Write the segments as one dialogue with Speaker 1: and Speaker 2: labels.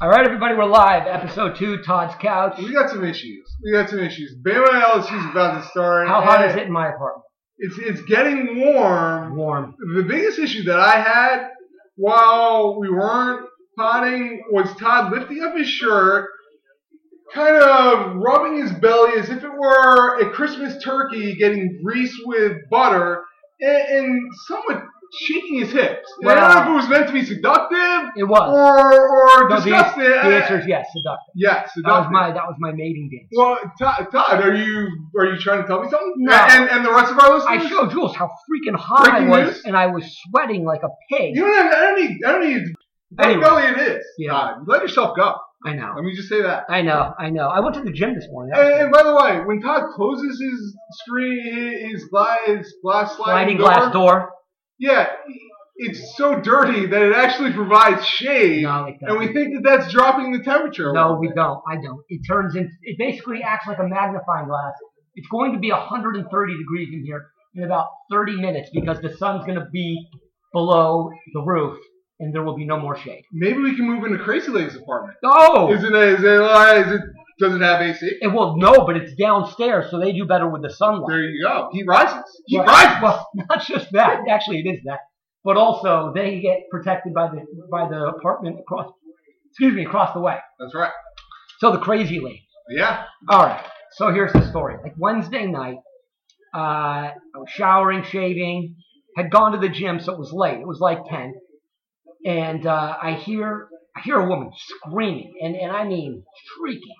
Speaker 1: All right, everybody, we're live. Episode two, Todd's couch.
Speaker 2: We got some issues. We got some issues. Bama LSU's about to start.
Speaker 1: How hot
Speaker 2: and
Speaker 1: is it in my apartment?
Speaker 2: It's it's getting warm.
Speaker 1: Warm.
Speaker 2: The biggest issue that I had while we weren't potting was Todd lifting up his shirt, kind of rubbing his belly as if it were a Christmas turkey getting greased with butter, and, and somewhat shaking his hips. And I don't know if it was meant to be seductive
Speaker 1: It was.
Speaker 2: or or
Speaker 1: No, the-
Speaker 2: disgusting.
Speaker 1: The answer is yes, seductive.
Speaker 2: yes,
Speaker 1: That was
Speaker 2: seductive.
Speaker 1: my that was my mating dance.
Speaker 2: Well, Todd, Todd, are you are you trying to tell me something?
Speaker 1: No.
Speaker 2: And and the rest of our listeners.
Speaker 1: I showed Jules how freaking hot I
Speaker 2: Breaking
Speaker 1: was,
Speaker 2: news?
Speaker 1: and I was sweating like a pig.
Speaker 2: You don't have. I don't need. I don't need. I
Speaker 1: Anyway.
Speaker 2: belly it is.
Speaker 1: Yeah.
Speaker 2: Todd. let yourself go.
Speaker 1: I know.
Speaker 2: Let me just say that.
Speaker 1: I know. I know. I went to the gym this morning. That was
Speaker 2: And,
Speaker 1: good.
Speaker 2: and by the way, when Todd closes his screen, his glass, his glass
Speaker 1: Sliding
Speaker 2: sliding,
Speaker 1: glass door.
Speaker 2: Yeah, it's so dirty that it actually provides shade,
Speaker 1: No, it
Speaker 2: and we
Speaker 1: doesn't.
Speaker 2: think that that's dropping the temperature. a
Speaker 1: No,
Speaker 2: little
Speaker 1: we
Speaker 2: bit.
Speaker 1: don't. I don't. It turns in. It basically acts like a magnifying glass. It's going to be 130 degrees in here in about 30 minutes because the sun's going to be below the roof and there will be no more shade.
Speaker 2: Maybe we can move into Crazy Lady's apartment.
Speaker 1: Oh,
Speaker 2: Is it? Is it? Is it? Does it have AC?
Speaker 1: it will no, but it's downstairs, so they do better with the sunlight.
Speaker 2: There you go. He rises. He
Speaker 1: Well,
Speaker 2: rises.
Speaker 1: Well, not just that. Actually, it is that, but also they get protected by the by the apartment across. Excuse me, across the way.
Speaker 2: That's right.
Speaker 1: So the crazy lady.
Speaker 2: Yeah.
Speaker 1: All right. So here's the story. Like Wednesday night, uh, I was showering, shaving, had gone to the gym, so it was late. It was like ten, and uh, I hear I hear a woman screaming, and and I mean shrieking.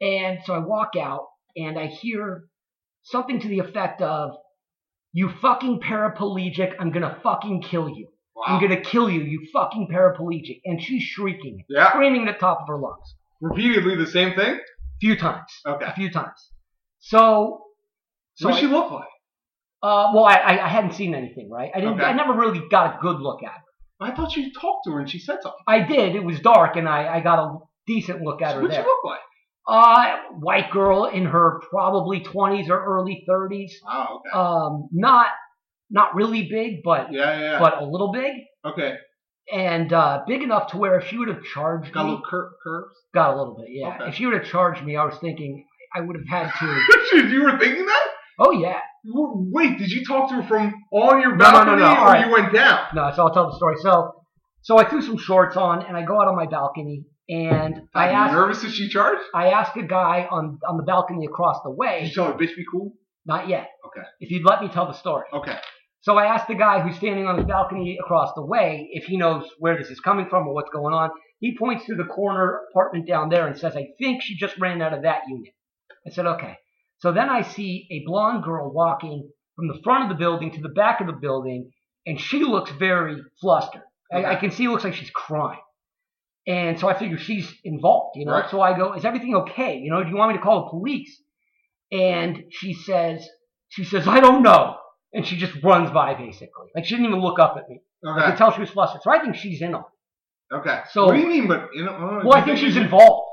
Speaker 1: And so I walk out, and I hear something to the effect of, "You fucking paraplegic! I'm gonna fucking kill you!
Speaker 2: Wow.
Speaker 1: I'm gonna kill you! You fucking paraplegic!" And she's shrieking, it,
Speaker 2: Yeah.
Speaker 1: screaming at the top of her lungs,
Speaker 2: Repeatedly the same thing.
Speaker 1: a few times
Speaker 2: Okay.
Speaker 1: a few times. So, so
Speaker 2: what
Speaker 1: I-
Speaker 2: she look like?
Speaker 1: uh, well, I, I- I hadn't seen anything, right? I didn't.
Speaker 2: Okay.
Speaker 1: I never really got a good look at her.
Speaker 2: I thought you talked to her and she said something.
Speaker 1: I did. It was dark, and I, I got a decent look at
Speaker 2: So
Speaker 1: her
Speaker 2: what she
Speaker 1: there.
Speaker 2: look like?
Speaker 1: Uh, white girl in her probably 20s or early 30s.
Speaker 2: Oh, okay.
Speaker 1: Um, not not really big, but
Speaker 2: yeah, yeah. yeah.
Speaker 1: but a little big,
Speaker 2: okay.
Speaker 1: and uh, big enough to where if she would have charged
Speaker 2: Got a
Speaker 1: me,
Speaker 2: little cur- curves.
Speaker 1: got a little bit, yeah.
Speaker 2: Okay.
Speaker 1: If she would have charged me, I was thinking I would have had to.
Speaker 2: Shit, you were thinking that?
Speaker 1: oh yeah,
Speaker 2: You were- Wait, did you talk to her from on your
Speaker 1: No, no, no,
Speaker 2: balcony
Speaker 1: no.
Speaker 2: or
Speaker 1: All right.
Speaker 2: you went down?
Speaker 1: No, so I'll tell the story. So, so I threw some shorts on and I go out on my balcony and I
Speaker 2: Are you
Speaker 1: asked,
Speaker 2: nervous that she charged?
Speaker 1: I asked a guy on on the balcony across the
Speaker 2: Did you
Speaker 1: way.
Speaker 2: tell her, bitch, be cool?
Speaker 1: Not yet.
Speaker 2: Okay.
Speaker 1: If you'd let me tell the story.
Speaker 2: Okay.
Speaker 1: So I asked the guy who's standing on his balcony across the way if he knows where this is coming from or what's going on. He points to the corner apartment down there and says, "I think she just ran out of that unit." I said, "Okay." So then I see a blonde girl walking from the front of the building to the back of the building, and she looks very flustered. I, I
Speaker 2: Okay.
Speaker 1: can see it looks like she's crying. And so I figure she's involved, you know.
Speaker 2: Right.
Speaker 1: So I go, "Is everything okay? You know, do you want me to call the police?" And she says, "She says I don't know," and she just runs by basically. Like she didn't even look up at me. I could
Speaker 2: Okay.
Speaker 1: tell she was flustered. So I think she's in on. it.
Speaker 2: Okay.
Speaker 1: So-
Speaker 2: what do you mean? But you know, uh,
Speaker 1: Well, I
Speaker 2: you
Speaker 1: think she's
Speaker 2: you-
Speaker 1: involved.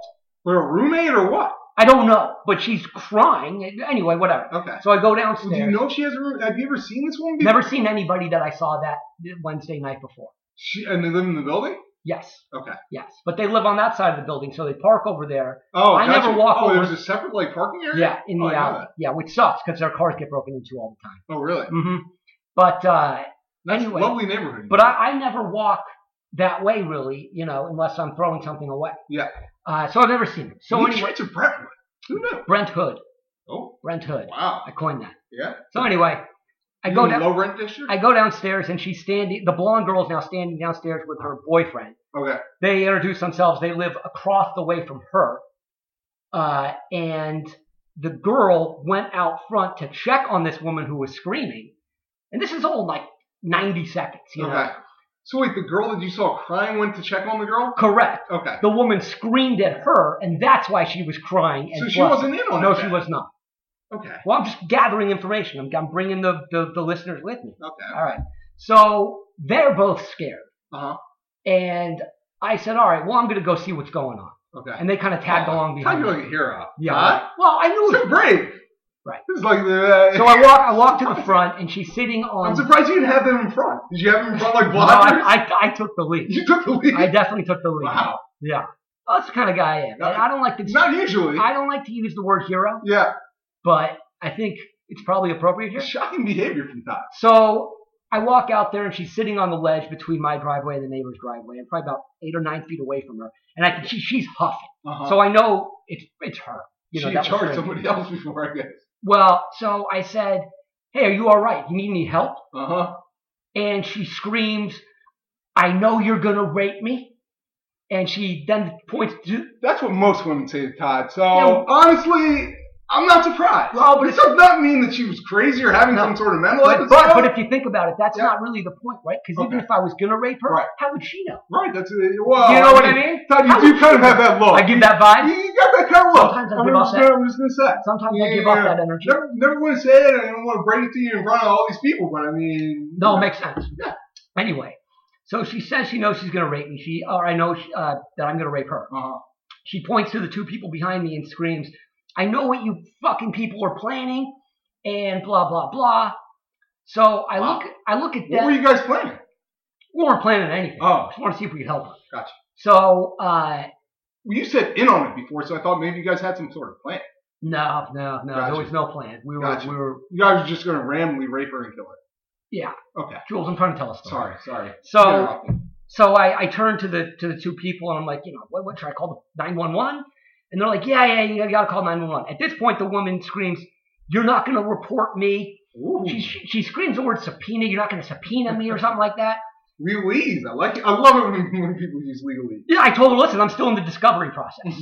Speaker 2: With a roommate or what?
Speaker 1: I don't know, but she's crying anyway. Whatever.
Speaker 2: Okay.
Speaker 1: So I go
Speaker 2: Well,
Speaker 1: downstairs.
Speaker 2: do you know if she has a room? Have you ever seen this woman before?
Speaker 1: Never seen anybody that I saw that Wednesday night before.
Speaker 2: She, and they live in the building.
Speaker 1: Yes.
Speaker 2: Okay.
Speaker 1: Yes. But they live on that side of the building, so they park over there.
Speaker 2: Oh,
Speaker 1: I
Speaker 2: gotcha.
Speaker 1: never walk
Speaker 2: Oh,
Speaker 1: over-
Speaker 2: there's a separate like parking area.
Speaker 1: Yeah, in the
Speaker 2: Oh, I know
Speaker 1: alley.
Speaker 2: that.
Speaker 1: Yeah, which sucks because their cars get broken into all the
Speaker 2: Oh, really?
Speaker 1: time. hmm But uh,
Speaker 2: That's
Speaker 1: Anyway.
Speaker 2: lovely neighborhood.
Speaker 1: But I, I never walk that way, really, you know, unless I'm throwing something away.
Speaker 2: Yeah.
Speaker 1: Uh, so I've never seen it. So
Speaker 2: you
Speaker 1: anyway,
Speaker 2: went to Brentwood. Who knew?
Speaker 1: Brent Hood.
Speaker 2: Oh,
Speaker 1: Brent Hood.
Speaker 2: wow.
Speaker 1: I coined that.
Speaker 2: Yeah.
Speaker 1: So anyway, I
Speaker 2: You
Speaker 1: go
Speaker 2: mean
Speaker 1: down.
Speaker 2: low rent district.
Speaker 1: I go downstairs and she's standing. The blonde girl's now standing downstairs with her boyfriend.
Speaker 2: okay.
Speaker 1: They introduce themselves. They live across the way from her. Uh, and the girl went out front to check on this woman who was screaming. And this is all like 90 seconds, you know.
Speaker 2: Okay. So wait, the girl that you saw crying went to check on the girl.
Speaker 1: Correct.
Speaker 2: Okay.
Speaker 1: the woman screamed at her, and that's why she was crying. And
Speaker 2: So she
Speaker 1: blushing.
Speaker 2: wasn't in on
Speaker 1: No,
Speaker 2: it
Speaker 1: she
Speaker 2: then?
Speaker 1: was not.
Speaker 2: Okay.
Speaker 1: Well, I'm just gathering information. I'm, I'm bringing the, the, the listeners with me.
Speaker 2: Okay.
Speaker 1: All right. So they're both scared.
Speaker 2: Uh huh.
Speaker 1: And I said, all right, well, I'm going to go see what's going on.
Speaker 2: Okay.
Speaker 1: And they kind of tagged
Speaker 2: Oh,
Speaker 1: along behind.
Speaker 2: You're
Speaker 1: me.
Speaker 2: like a hero.
Speaker 1: Yeah.
Speaker 2: Huh?
Speaker 1: Well, I knew it.
Speaker 2: So brave.
Speaker 1: Right.
Speaker 2: This is like the.
Speaker 1: So I walk, I walk to the front, and she's sitting on.
Speaker 2: I'm surprised you didn't have them in front. Did you have them in front like
Speaker 1: No,
Speaker 2: blockers?
Speaker 1: I, I, I took the lead.
Speaker 2: you took the lead.
Speaker 1: I definitely took the lead.
Speaker 2: wow.
Speaker 1: Yeah. Well, that's the kind of guy I am. And I don't like to.
Speaker 2: Not usually.
Speaker 1: I don't like to use the word hero,
Speaker 2: yeah.
Speaker 1: but I think it's probably appropriate here.
Speaker 2: Shocking behavior from Todd.
Speaker 1: So I walk out there and she's sitting on the ledge between my driveway and the neighbor's driveway. I'm probably about eight or nine feet away from her, and I can she, she's huffing.
Speaker 2: Uh-huh.
Speaker 1: So I know it's it's her. You know,
Speaker 2: she
Speaker 1: that was
Speaker 2: charged
Speaker 1: her.
Speaker 2: somebody else before, I guess.
Speaker 1: Well, so I said, "Hey, are you all right? You need any help?"
Speaker 2: Uh
Speaker 1: Uh-huh.
Speaker 2: huh.
Speaker 1: and she screams, "I know you're gonna rape me!" And she then points to
Speaker 2: That's what most women say to Todd. So
Speaker 1: Yeah.
Speaker 2: honestly, I'm not surprised.
Speaker 1: Well, but
Speaker 2: this
Speaker 1: it's-
Speaker 2: does not mean that she was crazy or having
Speaker 1: No.
Speaker 2: some sort of mental
Speaker 1: but,
Speaker 2: episode.
Speaker 1: but, but if you think about it, that's
Speaker 2: Yeah.
Speaker 1: not really the point, right? Because even
Speaker 2: Okay.
Speaker 1: if I was gonna rape her,
Speaker 2: Right. Oh,
Speaker 1: how would she know?
Speaker 2: right, that's well.
Speaker 1: you know what I mean?
Speaker 2: Todd,
Speaker 1: How
Speaker 2: you
Speaker 1: would
Speaker 2: do kind of have that look.
Speaker 1: I give that vibe.
Speaker 2: You- you got that kind of look.
Speaker 1: Sometimes I
Speaker 2: I'm
Speaker 1: give off
Speaker 2: just
Speaker 1: that-
Speaker 2: gonna- I'm just gonna say.
Speaker 1: Sometimes I
Speaker 2: Yeah,
Speaker 1: give off
Speaker 2: yeah.
Speaker 1: that energy.
Speaker 2: Never, never want to say it. I don't want to break it to you in front of all these people, but I mean,
Speaker 1: No, it
Speaker 2: you know.
Speaker 1: makes sense. Anyway, so she says she knows she's gonna rape me. She or I know she, uh, that I'm gonna rape her.
Speaker 2: Uh-huh.
Speaker 1: She points to the two people behind me and screams, I know what you fucking people are planning and blah blah blah. So I
Speaker 2: Wow.
Speaker 1: look I look at
Speaker 2: What
Speaker 1: that.
Speaker 2: were you guys planning?
Speaker 1: We weren't planning anything. I
Speaker 2: Oh,
Speaker 1: just want to see if we could help her.
Speaker 2: Gotcha.
Speaker 1: So uh
Speaker 2: well, you said in on it before, so I thought maybe you guys had some sort of plan.
Speaker 1: no, no, no,
Speaker 2: Gotcha.
Speaker 1: there was no plan. We were
Speaker 2: Gotcha.
Speaker 1: we were
Speaker 2: You guys were just gonna randomly rape her and kill her.
Speaker 1: Yeah.
Speaker 2: Okay.
Speaker 1: Jules, I'm trying to tell a story.
Speaker 2: Sorry. Sorry.
Speaker 1: So so I, I turned to the to the two people and I'm like, you know, what, what should I call the nine one one? And they're like, Yeah, yeah, you gotta call nine one one. At this point the woman screams, You're not gonna report me.
Speaker 2: Ooh.
Speaker 1: She, she, she screams the word subpoena. You're not going to subpoena me or something like that.
Speaker 2: Legalese. I like it. I love it when, when people use legalese.
Speaker 1: Yeah, I told her, listen, I'm still in the discovery process.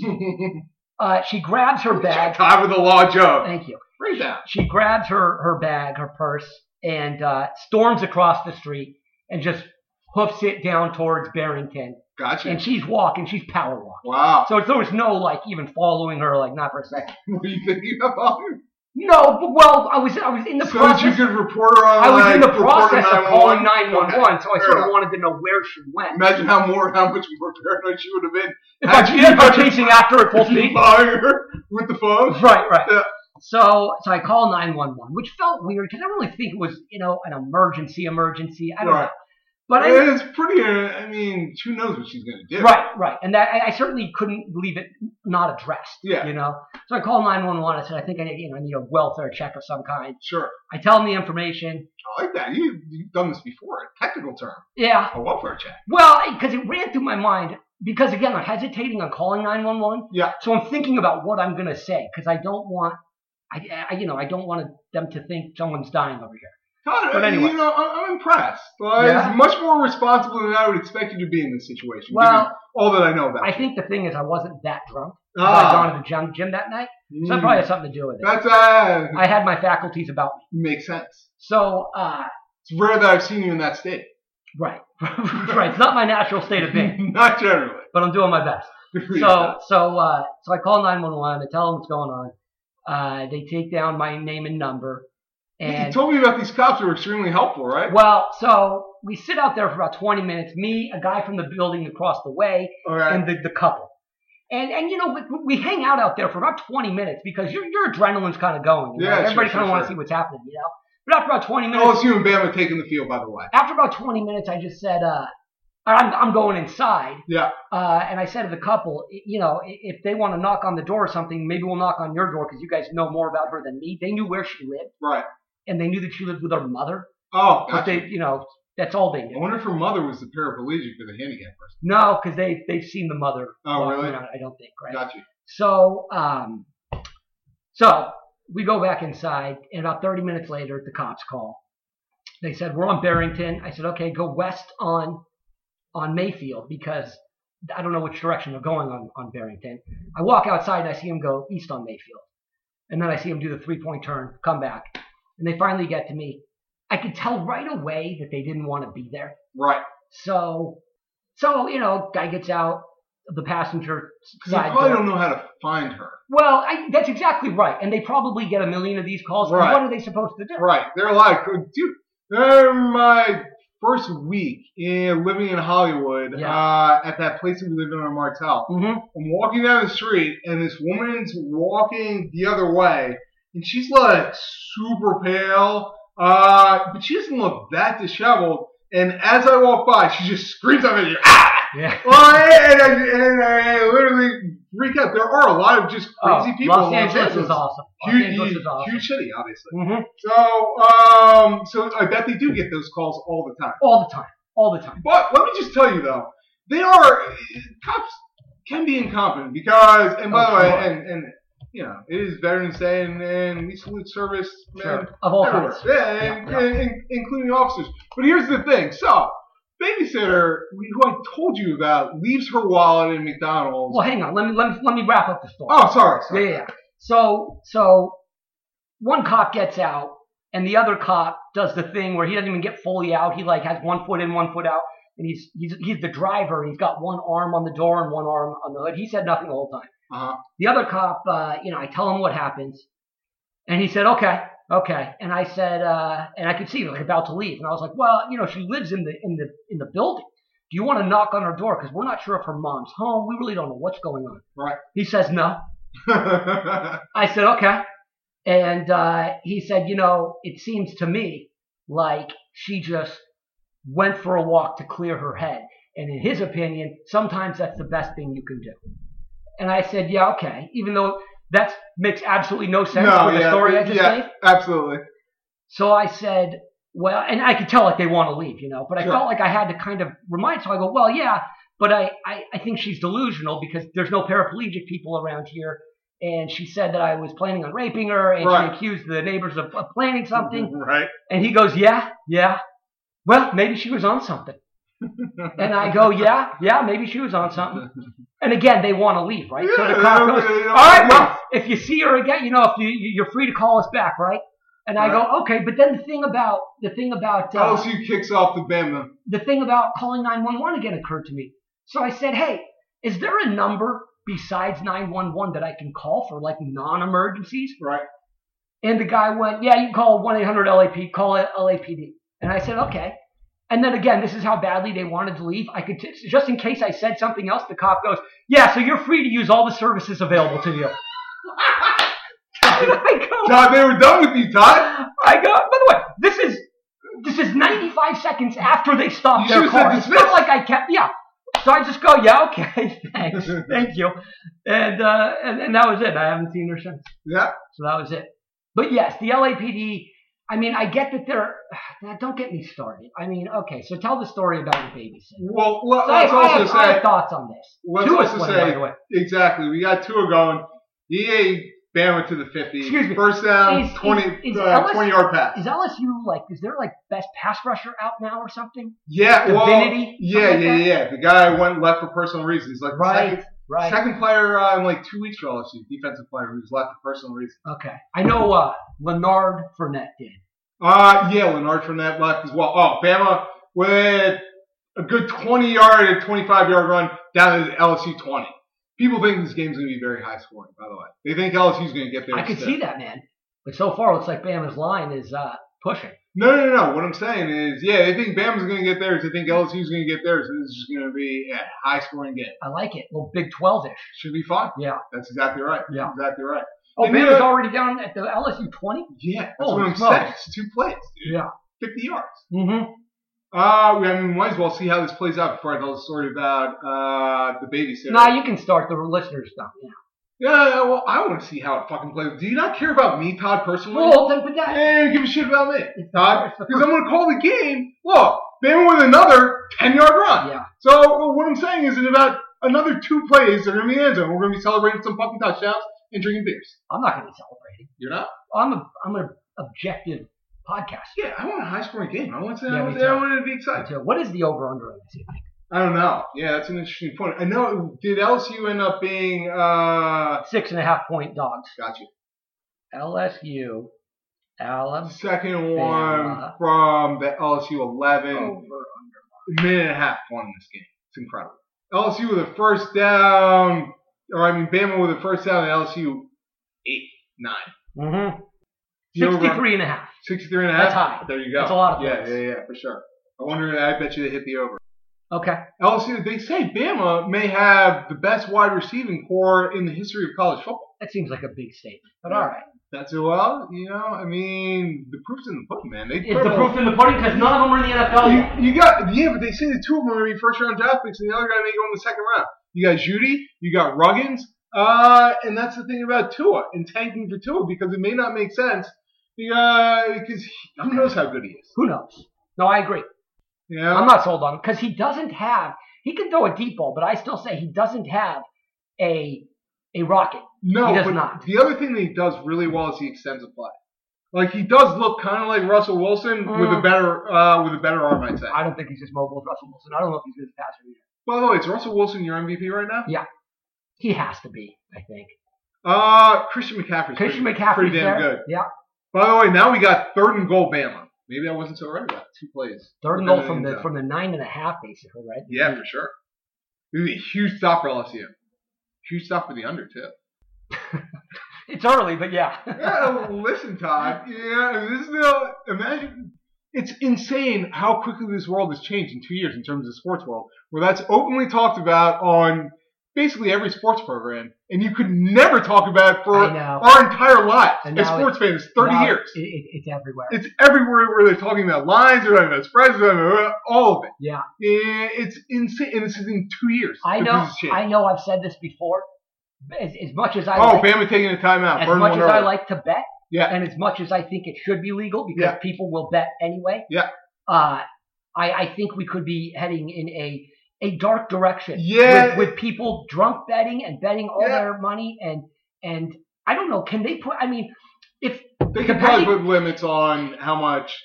Speaker 1: Uh, she grabs her bag.
Speaker 2: Time with the law joke.
Speaker 1: Thank you.
Speaker 2: Bring that.
Speaker 1: She grabs her, her bag, her purse, and uh, storms across the street and just hoofs it down towards Barrington.
Speaker 2: Gotcha.
Speaker 1: And she's walking. She's power walking.
Speaker 2: wow.
Speaker 1: So there was no, like, even following her, like, not for a second.
Speaker 2: What do you think you have all your-
Speaker 1: No, but, well, I was, I was in the
Speaker 2: So that you
Speaker 1: process.
Speaker 2: could report her on
Speaker 1: I was
Speaker 2: like,
Speaker 1: in the
Speaker 2: report on
Speaker 1: process of calling
Speaker 2: 911.
Speaker 1: 911, so I
Speaker 2: fair
Speaker 1: sort of
Speaker 2: enough.
Speaker 1: wanted to know where she went.
Speaker 2: Imagine how more how much more paranoid she would have been.
Speaker 1: If I,
Speaker 2: Imagine
Speaker 1: if
Speaker 2: you
Speaker 1: I'm
Speaker 2: had to-
Speaker 1: chasing after her at full
Speaker 2: if you
Speaker 1: speed.
Speaker 2: followed her with the phone.
Speaker 1: Right, right.
Speaker 2: Yeah.
Speaker 1: So, so I call 911, which felt weird because I really think it was, you know, an emergency, emergency. I don't know.
Speaker 2: Right.
Speaker 1: But I,
Speaker 2: it's pretty. uh, I mean, who knows what she's gonna do?
Speaker 1: right, right. And that, I, I certainly couldn't leave it not addressed,
Speaker 2: Yeah.
Speaker 1: you know. So I call 911. I said, I think I, need- you know, I need a welfare check of some kind.
Speaker 2: Sure.
Speaker 1: I tell them the information.
Speaker 2: I like that. You you've done this before. A technical term.
Speaker 1: Yeah.
Speaker 2: A welfare check.
Speaker 1: Well, because it ran through my mind. Because again, I'm hesitating on calling 911.
Speaker 2: Yeah.
Speaker 1: So I'm thinking about what I'm gonna say because I don't want, I, I, you know, I don't want them to think someone's dying over here.
Speaker 2: God,
Speaker 1: But anyway.
Speaker 2: you know, I'm, I'm impressed. Like,
Speaker 1: Yeah.
Speaker 2: it's much more responsible than I would expect you to be in this situation.
Speaker 1: Well-
Speaker 2: given all that I know about
Speaker 1: I
Speaker 2: you.
Speaker 1: think the thing is, I wasn't that drunk. 'cause I'd
Speaker 2: Ah,
Speaker 1: gone to the gym, gym that night, so that
Speaker 2: mm,
Speaker 1: probably has something to do with it.
Speaker 2: that's uh,
Speaker 1: I had my faculties about me.
Speaker 2: makes sense.
Speaker 1: So, uh,
Speaker 2: It's rare that I've seen you in that state.
Speaker 1: right, right. It's not my natural state of being,
Speaker 2: Not generally.
Speaker 1: but I'm doing my best. So, so, uh, so I call 911. I tell them what's going on. Uh, they take down my name and number,
Speaker 2: you
Speaker 1: and
Speaker 2: told me about these cops who were extremely helpful, right?
Speaker 1: well, so we sit out there for about 20 minutes. Me, a guy from the building across the way,
Speaker 2: All right.
Speaker 1: and the, the couple. And and you know we, we hang out out there for about 20 minutes because your your adrenaline's kind of going. you know?
Speaker 2: Yeah, sure,
Speaker 1: Everybody
Speaker 2: sure,
Speaker 1: kind of wants to
Speaker 2: sure. Oh.
Speaker 1: see what's happening, you know. But after about 20 minutes,
Speaker 2: LSU and Bama taking the field, by the way.
Speaker 1: after about 20 minutes, I just said, uh, I'm I'm going inside.
Speaker 2: Yeah.
Speaker 1: Uh, and I said to the couple, "I- you know, i- if they want to knock on the door or something, maybe we'll knock on your door because you guys know more about her than me. They knew where she lived
Speaker 2: Right.
Speaker 1: and they knew that she lived with her mother,
Speaker 2: Oh,
Speaker 1: but
Speaker 2: gotcha.
Speaker 1: they, you know, that's all they
Speaker 2: I
Speaker 1: knew.
Speaker 2: wonder if her mother was the paraplegic or the handicap person.
Speaker 1: No, because they they've seen the mother.
Speaker 2: Oh,
Speaker 1: walking
Speaker 2: really?
Speaker 1: around, I don't think, right?
Speaker 2: Gotcha.
Speaker 1: So, um, so we go back inside, and about 30 minutes later, the cops call. They said we're on Barrington. I said, okay, go west on on Mayfield because I don't know which direction they're going on on Barrington. I walk outside and I see him go east on Mayfield, and then I see him do the three point turn, come back, and they finally get to me. I could tell right away that they didn't want to be there.
Speaker 2: Right.
Speaker 1: So, so you know, guy gets out of the passenger
Speaker 2: Because
Speaker 1: side
Speaker 2: they probably
Speaker 1: door.
Speaker 2: don't know how to find her.
Speaker 1: Well, I, that's exactly right, and they probably get a million of these calls. and
Speaker 2: Right.
Speaker 1: What are they supposed to do?
Speaker 2: Right. They're like, dude, they're my first week in living in Hollywood
Speaker 1: Yeah.
Speaker 2: uh, at that place that we lived in on Martel.
Speaker 1: Mm-hmm.
Speaker 2: I'm walking down the street, and this woman's walking the other way, and she's like super pale, uh, but she doesn't look that disheveled. And as I walk by, she just screams at me, ah!
Speaker 1: Yeah.
Speaker 2: Well, and, and, and, freak out. There are a lot of just crazy people.
Speaker 1: Oh, Los
Speaker 2: in
Speaker 1: Angeles is awesome. Los
Speaker 2: Huge,
Speaker 1: Angeles is awesome.
Speaker 2: huge city, obviously.
Speaker 1: Mhm.
Speaker 2: So, um, so I bet they do get those calls all the time.
Speaker 1: All the time. All the time.
Speaker 2: But let me just tell you though, they are cops can be incompetent because, and by
Speaker 1: Oh,
Speaker 2: the way,
Speaker 1: sure.
Speaker 2: and and you know, it is Veterans Day, and, and we salute service men
Speaker 1: Sure. Of all
Speaker 2: everywhere.
Speaker 1: kinds.
Speaker 2: yeah, and,
Speaker 1: Yeah,
Speaker 2: and- and- including officers. But here's the thing: so babysitter, who I told you about, leaves her wallet in McDonald's.
Speaker 1: Well, hang on. Let me let me, let me wrap up the story.
Speaker 2: Oh, sorry.
Speaker 1: Yeah,
Speaker 2: sorry.
Speaker 1: yeah. yeah. So so one cop gets out and the other cop does the thing where he doesn't even get fully out. He like has one foot in, one foot out, and he's he's he's the driver. He's got one arm on the door and one arm on the hood. He said nothing the whole time.
Speaker 2: Uh-huh.
Speaker 1: The other cop, uh, you know, I tell him what happens, and he said, "Okay, okay." And I said, uh, and I could see he was like about to leave, and I was like, "Well, you know, she lives in the in the in the building. Do you want to knock on her door? Because we're not sure if her mom's home. We really don't know what's going on."
Speaker 2: Right.
Speaker 1: He says, "No."
Speaker 2: Uh-huh.
Speaker 1: I said, okay. And uh, he said, you know, it seems to me like she just went for a walk to clear her head. And in his opinion, sometimes that's the best thing you can do. And I said, yeah, okay. Even though that makes absolutely no sense
Speaker 2: No,
Speaker 1: for the
Speaker 2: yeah,
Speaker 1: story I just
Speaker 2: yeah.
Speaker 1: gave.
Speaker 2: Absolutely.
Speaker 1: So I said, well, and I could tell like they want to leave, you know, but I
Speaker 2: Sure.
Speaker 1: felt like I had to kind of remind. So I go, well, yeah, but I, I, I think she's delusional because there's no paraplegic people around here. And she said that I was planning on raping her and
Speaker 2: Right. Mm-hmm.
Speaker 1: she accused the neighbors of, of planning something.
Speaker 2: Right.
Speaker 1: And he goes, yeah, yeah. Well, maybe she was on something. And I go, yeah, yeah, maybe she was on something. And again, they want to leave, right? so the
Speaker 2: Yeah,
Speaker 1: cop
Speaker 2: they don't-
Speaker 1: goes,
Speaker 2: they don't
Speaker 1: all right,
Speaker 2: want to
Speaker 1: well, if you see her again, you know, if you, you- you're free to call us back, right? And I go, okay, but then the thing about the thing about uh,
Speaker 2: LSU kicks off the Bama.
Speaker 1: the thing about calling 911 again occurred to me. So I said, hey, is there a number besides 911 that I can call for like non-emergencies?
Speaker 2: Right.
Speaker 1: And the guy went, yeah, you can call 1-800-LAP, call it LAPD. And I said, okay. And then again, this is how badly they wanted to leave. I could, t- just in case I said something else, the cop goes, yeah, so you're free to use all the services available to you. And I go,
Speaker 2: Todd, they were done with you, Todd.
Speaker 1: I go, by the way, this is, this is 95 seconds after they stopped
Speaker 2: You
Speaker 1: their
Speaker 2: should've said
Speaker 1: car. It's not
Speaker 2: dismissed.
Speaker 1: like I kept, yeah. So I just go, yeah, okay, thanks, thank you. And, uh, and, and that was it. I haven't seen her since.
Speaker 2: Yeah.
Speaker 1: So that was it. But yes, the LAPD. I mean, I get that they're. Now, don't get me started. I mean, okay, so tell the story about the babysitter.
Speaker 2: Well, let,
Speaker 1: So I,
Speaker 2: us
Speaker 1: I have,
Speaker 2: also
Speaker 1: I
Speaker 2: say
Speaker 1: have thoughts on this.
Speaker 2: let's
Speaker 1: Two is
Speaker 2: also
Speaker 1: one,
Speaker 2: say-
Speaker 1: by the way.
Speaker 2: exactly. We got Tua going. EA Bama to the fifty.
Speaker 1: Excuse me.
Speaker 2: First down,
Speaker 1: Is- is-
Speaker 2: 20,
Speaker 1: is
Speaker 2: uh,
Speaker 1: Ellis-
Speaker 2: 20 yard pass.
Speaker 1: Is LSU like? Is there like best pass rusher out now or something?
Speaker 2: yeah. Well.
Speaker 1: Divinity?
Speaker 2: Yeah,
Speaker 1: Something
Speaker 2: yeah,
Speaker 1: like that?
Speaker 2: yeah. The guy went left for personal reasons. Like the
Speaker 1: Right,
Speaker 2: second,
Speaker 1: Right.
Speaker 2: second player uh, in like two weeks for LSU, defensive player who's left for personal reasons.
Speaker 1: Okay. I know uh, Leonard Fournette did.
Speaker 2: Uh yeah, Leonard Fournette left as well. Oh, Bama with a good twenty yard and twenty five yard run down to the LSU twenty. People think this game's gonna be very high scoring, by the way. They think LSU's gonna get there.
Speaker 1: I could
Speaker 2: instead.
Speaker 1: see that man, but so far it looks like Bama's line is uh, pushing.
Speaker 2: No, no, no. What I'm saying is, yeah, they think Bama's going to get theirs. They think LSU's going to get theirs. This is just going to be a high-scoring game.
Speaker 1: I like it. Well, Big Twelve ish.
Speaker 2: Should be fun.
Speaker 1: Yeah.
Speaker 2: That's exactly right.
Speaker 1: Yeah.
Speaker 2: Exactly right.
Speaker 1: Oh,
Speaker 2: And,
Speaker 1: Bama's
Speaker 2: uh,
Speaker 1: already down at the LSU twenty.
Speaker 2: Yeah. That's
Speaker 1: Holy
Speaker 2: what I'm
Speaker 1: smokes.
Speaker 2: saying. It's two plays, dude.
Speaker 1: Yeah.
Speaker 2: 50 yards.
Speaker 1: Mm-hmm.
Speaker 2: Uh, we, I mean, we might as well see how this plays out before I tell the story about uh, the babysitter.
Speaker 1: Nah, you can start the listeners stuff. now.
Speaker 2: yeah, yeah, well, I want to see how it fucking plays. Do you not care about me, Todd, personally?
Speaker 1: Well, then, but that,
Speaker 2: Yeah, you don't give a shit about me, Todd.
Speaker 1: It's the
Speaker 2: Because I'm going to call the game. Look, Bama with another 10-yard run.
Speaker 1: yeah.
Speaker 2: So well, what I'm saying is, in about another two plays, they're gonna be in the end zone. We're gonna be celebrating some fucking touchdowns and drinking beers.
Speaker 1: I'm not going to celebrate it.
Speaker 2: You're not?
Speaker 1: I'm a I'm an objective podcaster.
Speaker 2: Yeah, I want a high scoring game. I want to.
Speaker 1: Yeah,
Speaker 2: I,
Speaker 1: me
Speaker 2: want
Speaker 1: too.
Speaker 2: I want it to be exciting.
Speaker 1: So what is the over under on this?
Speaker 2: I don't know. Yeah, that's an interesting point. I know. Did LSU end up being? uh
Speaker 1: Six and a half point dogs.
Speaker 2: Got you.
Speaker 1: LSU, Alabama.
Speaker 2: Second
Speaker 1: Yeah.
Speaker 2: one from the LSU 11
Speaker 1: Over under.
Speaker 2: minute and a half won this game. It's incredible. LSU with a first down, or I mean Bama with a first down, and LSU eight nine.
Speaker 1: Mm-hmm.
Speaker 2: The over-
Speaker 1: 63 and a half.
Speaker 2: 63 and a half.
Speaker 1: That's high.
Speaker 2: There you go.
Speaker 1: That's a lot of
Speaker 2: Yeah,
Speaker 1: points.
Speaker 2: yeah, yeah, for sure. I wonder, I bet you they hit the over.
Speaker 1: Okay.
Speaker 2: LSU, they say Bama may have the best wide receiving core in the history of college football.
Speaker 1: That seems like a big statement, but all right.
Speaker 2: That's well, you know, I mean, the proof's in the pudding, man. They
Speaker 1: Is the proof in the pudding? Because none of them are in the NFL yet.
Speaker 2: You, you got, yeah, but they say the two of them are going to be first round draft picks and the other guy may go in the second round. You got Judy, you got Ruggins, Uh, and that's the thing about Tua and tanking for Tua because it may not make sense because, because he- who knows how good he is.
Speaker 1: Who knows? No, I agree.
Speaker 2: You know?
Speaker 1: I'm not sold on him because he doesn't have. He can throw a deep ball, but I still say he doesn't have a a rocket.
Speaker 2: no,
Speaker 1: he does
Speaker 2: but
Speaker 1: not.
Speaker 2: The other thing that he does really well is he extends the play. Like he does look kind of like Russell Wilson with a
Speaker 1: Mm.
Speaker 2: better uh, with a better arm, I'd say.
Speaker 1: I don't think he's as mobile as Russell Wilson. I don't know if he's good as a passer either.
Speaker 2: By the way, is Russell Wilson your MVP right now?
Speaker 1: He has to be, I think.
Speaker 2: Uh, Christian McCaffrey.
Speaker 1: Christian
Speaker 2: pretty,
Speaker 1: McCaffrey's
Speaker 2: pretty damn
Speaker 1: there.
Speaker 2: good.
Speaker 1: Yeah,
Speaker 2: By the way, now we got third and goal, Bama. Maybe I wasn't so right about it. two plays.
Speaker 1: third and
Speaker 2: Within
Speaker 1: goal
Speaker 2: an
Speaker 1: from
Speaker 2: end
Speaker 1: the
Speaker 2: zone.
Speaker 1: from the nine and a half, basically, right?
Speaker 2: Yeah, for sure. It was a huge stop for LSU. Huge stop for the under too.
Speaker 1: It's early, but yeah.
Speaker 2: Yeah, listen, Todd. Yeah, I mean, this is the imagine. It's insane how quickly this world has changed in two years in terms of the sports world, where that's openly talked about on basically every sports program, and you could never talk about it for
Speaker 1: I know.
Speaker 2: our entire lives
Speaker 1: And
Speaker 2: as
Speaker 1: now
Speaker 2: sports fans. Thirty
Speaker 1: Now,
Speaker 2: years.
Speaker 1: It, it, it's everywhere.
Speaker 2: It's everywhere where they're talking about lines, they're talking about spreads, they're talking about all of it.
Speaker 1: Yeah.
Speaker 2: Yeah, It's insane. And this is in two years.
Speaker 1: I
Speaker 2: that
Speaker 1: know.
Speaker 2: this has changed.
Speaker 1: I know. I've said this before. but As, as much as I
Speaker 2: oh,
Speaker 1: like,
Speaker 2: Bama taking a timeout.
Speaker 1: as
Speaker 2: Burn
Speaker 1: much
Speaker 2: one
Speaker 1: as I
Speaker 2: early.
Speaker 1: like to bet,
Speaker 2: Yeah.
Speaker 1: and as much as I think it should be legal because
Speaker 2: Yeah.
Speaker 1: people will bet anyway.
Speaker 2: Yeah.
Speaker 1: Uh, I I think we could be heading in a a dark direction.
Speaker 2: Yeah.
Speaker 1: With, with people drunk betting and betting all
Speaker 2: Yeah.
Speaker 1: their money and and I don't know. Can they put? I mean, if
Speaker 2: they could
Speaker 1: depending-
Speaker 2: probably put limits on how much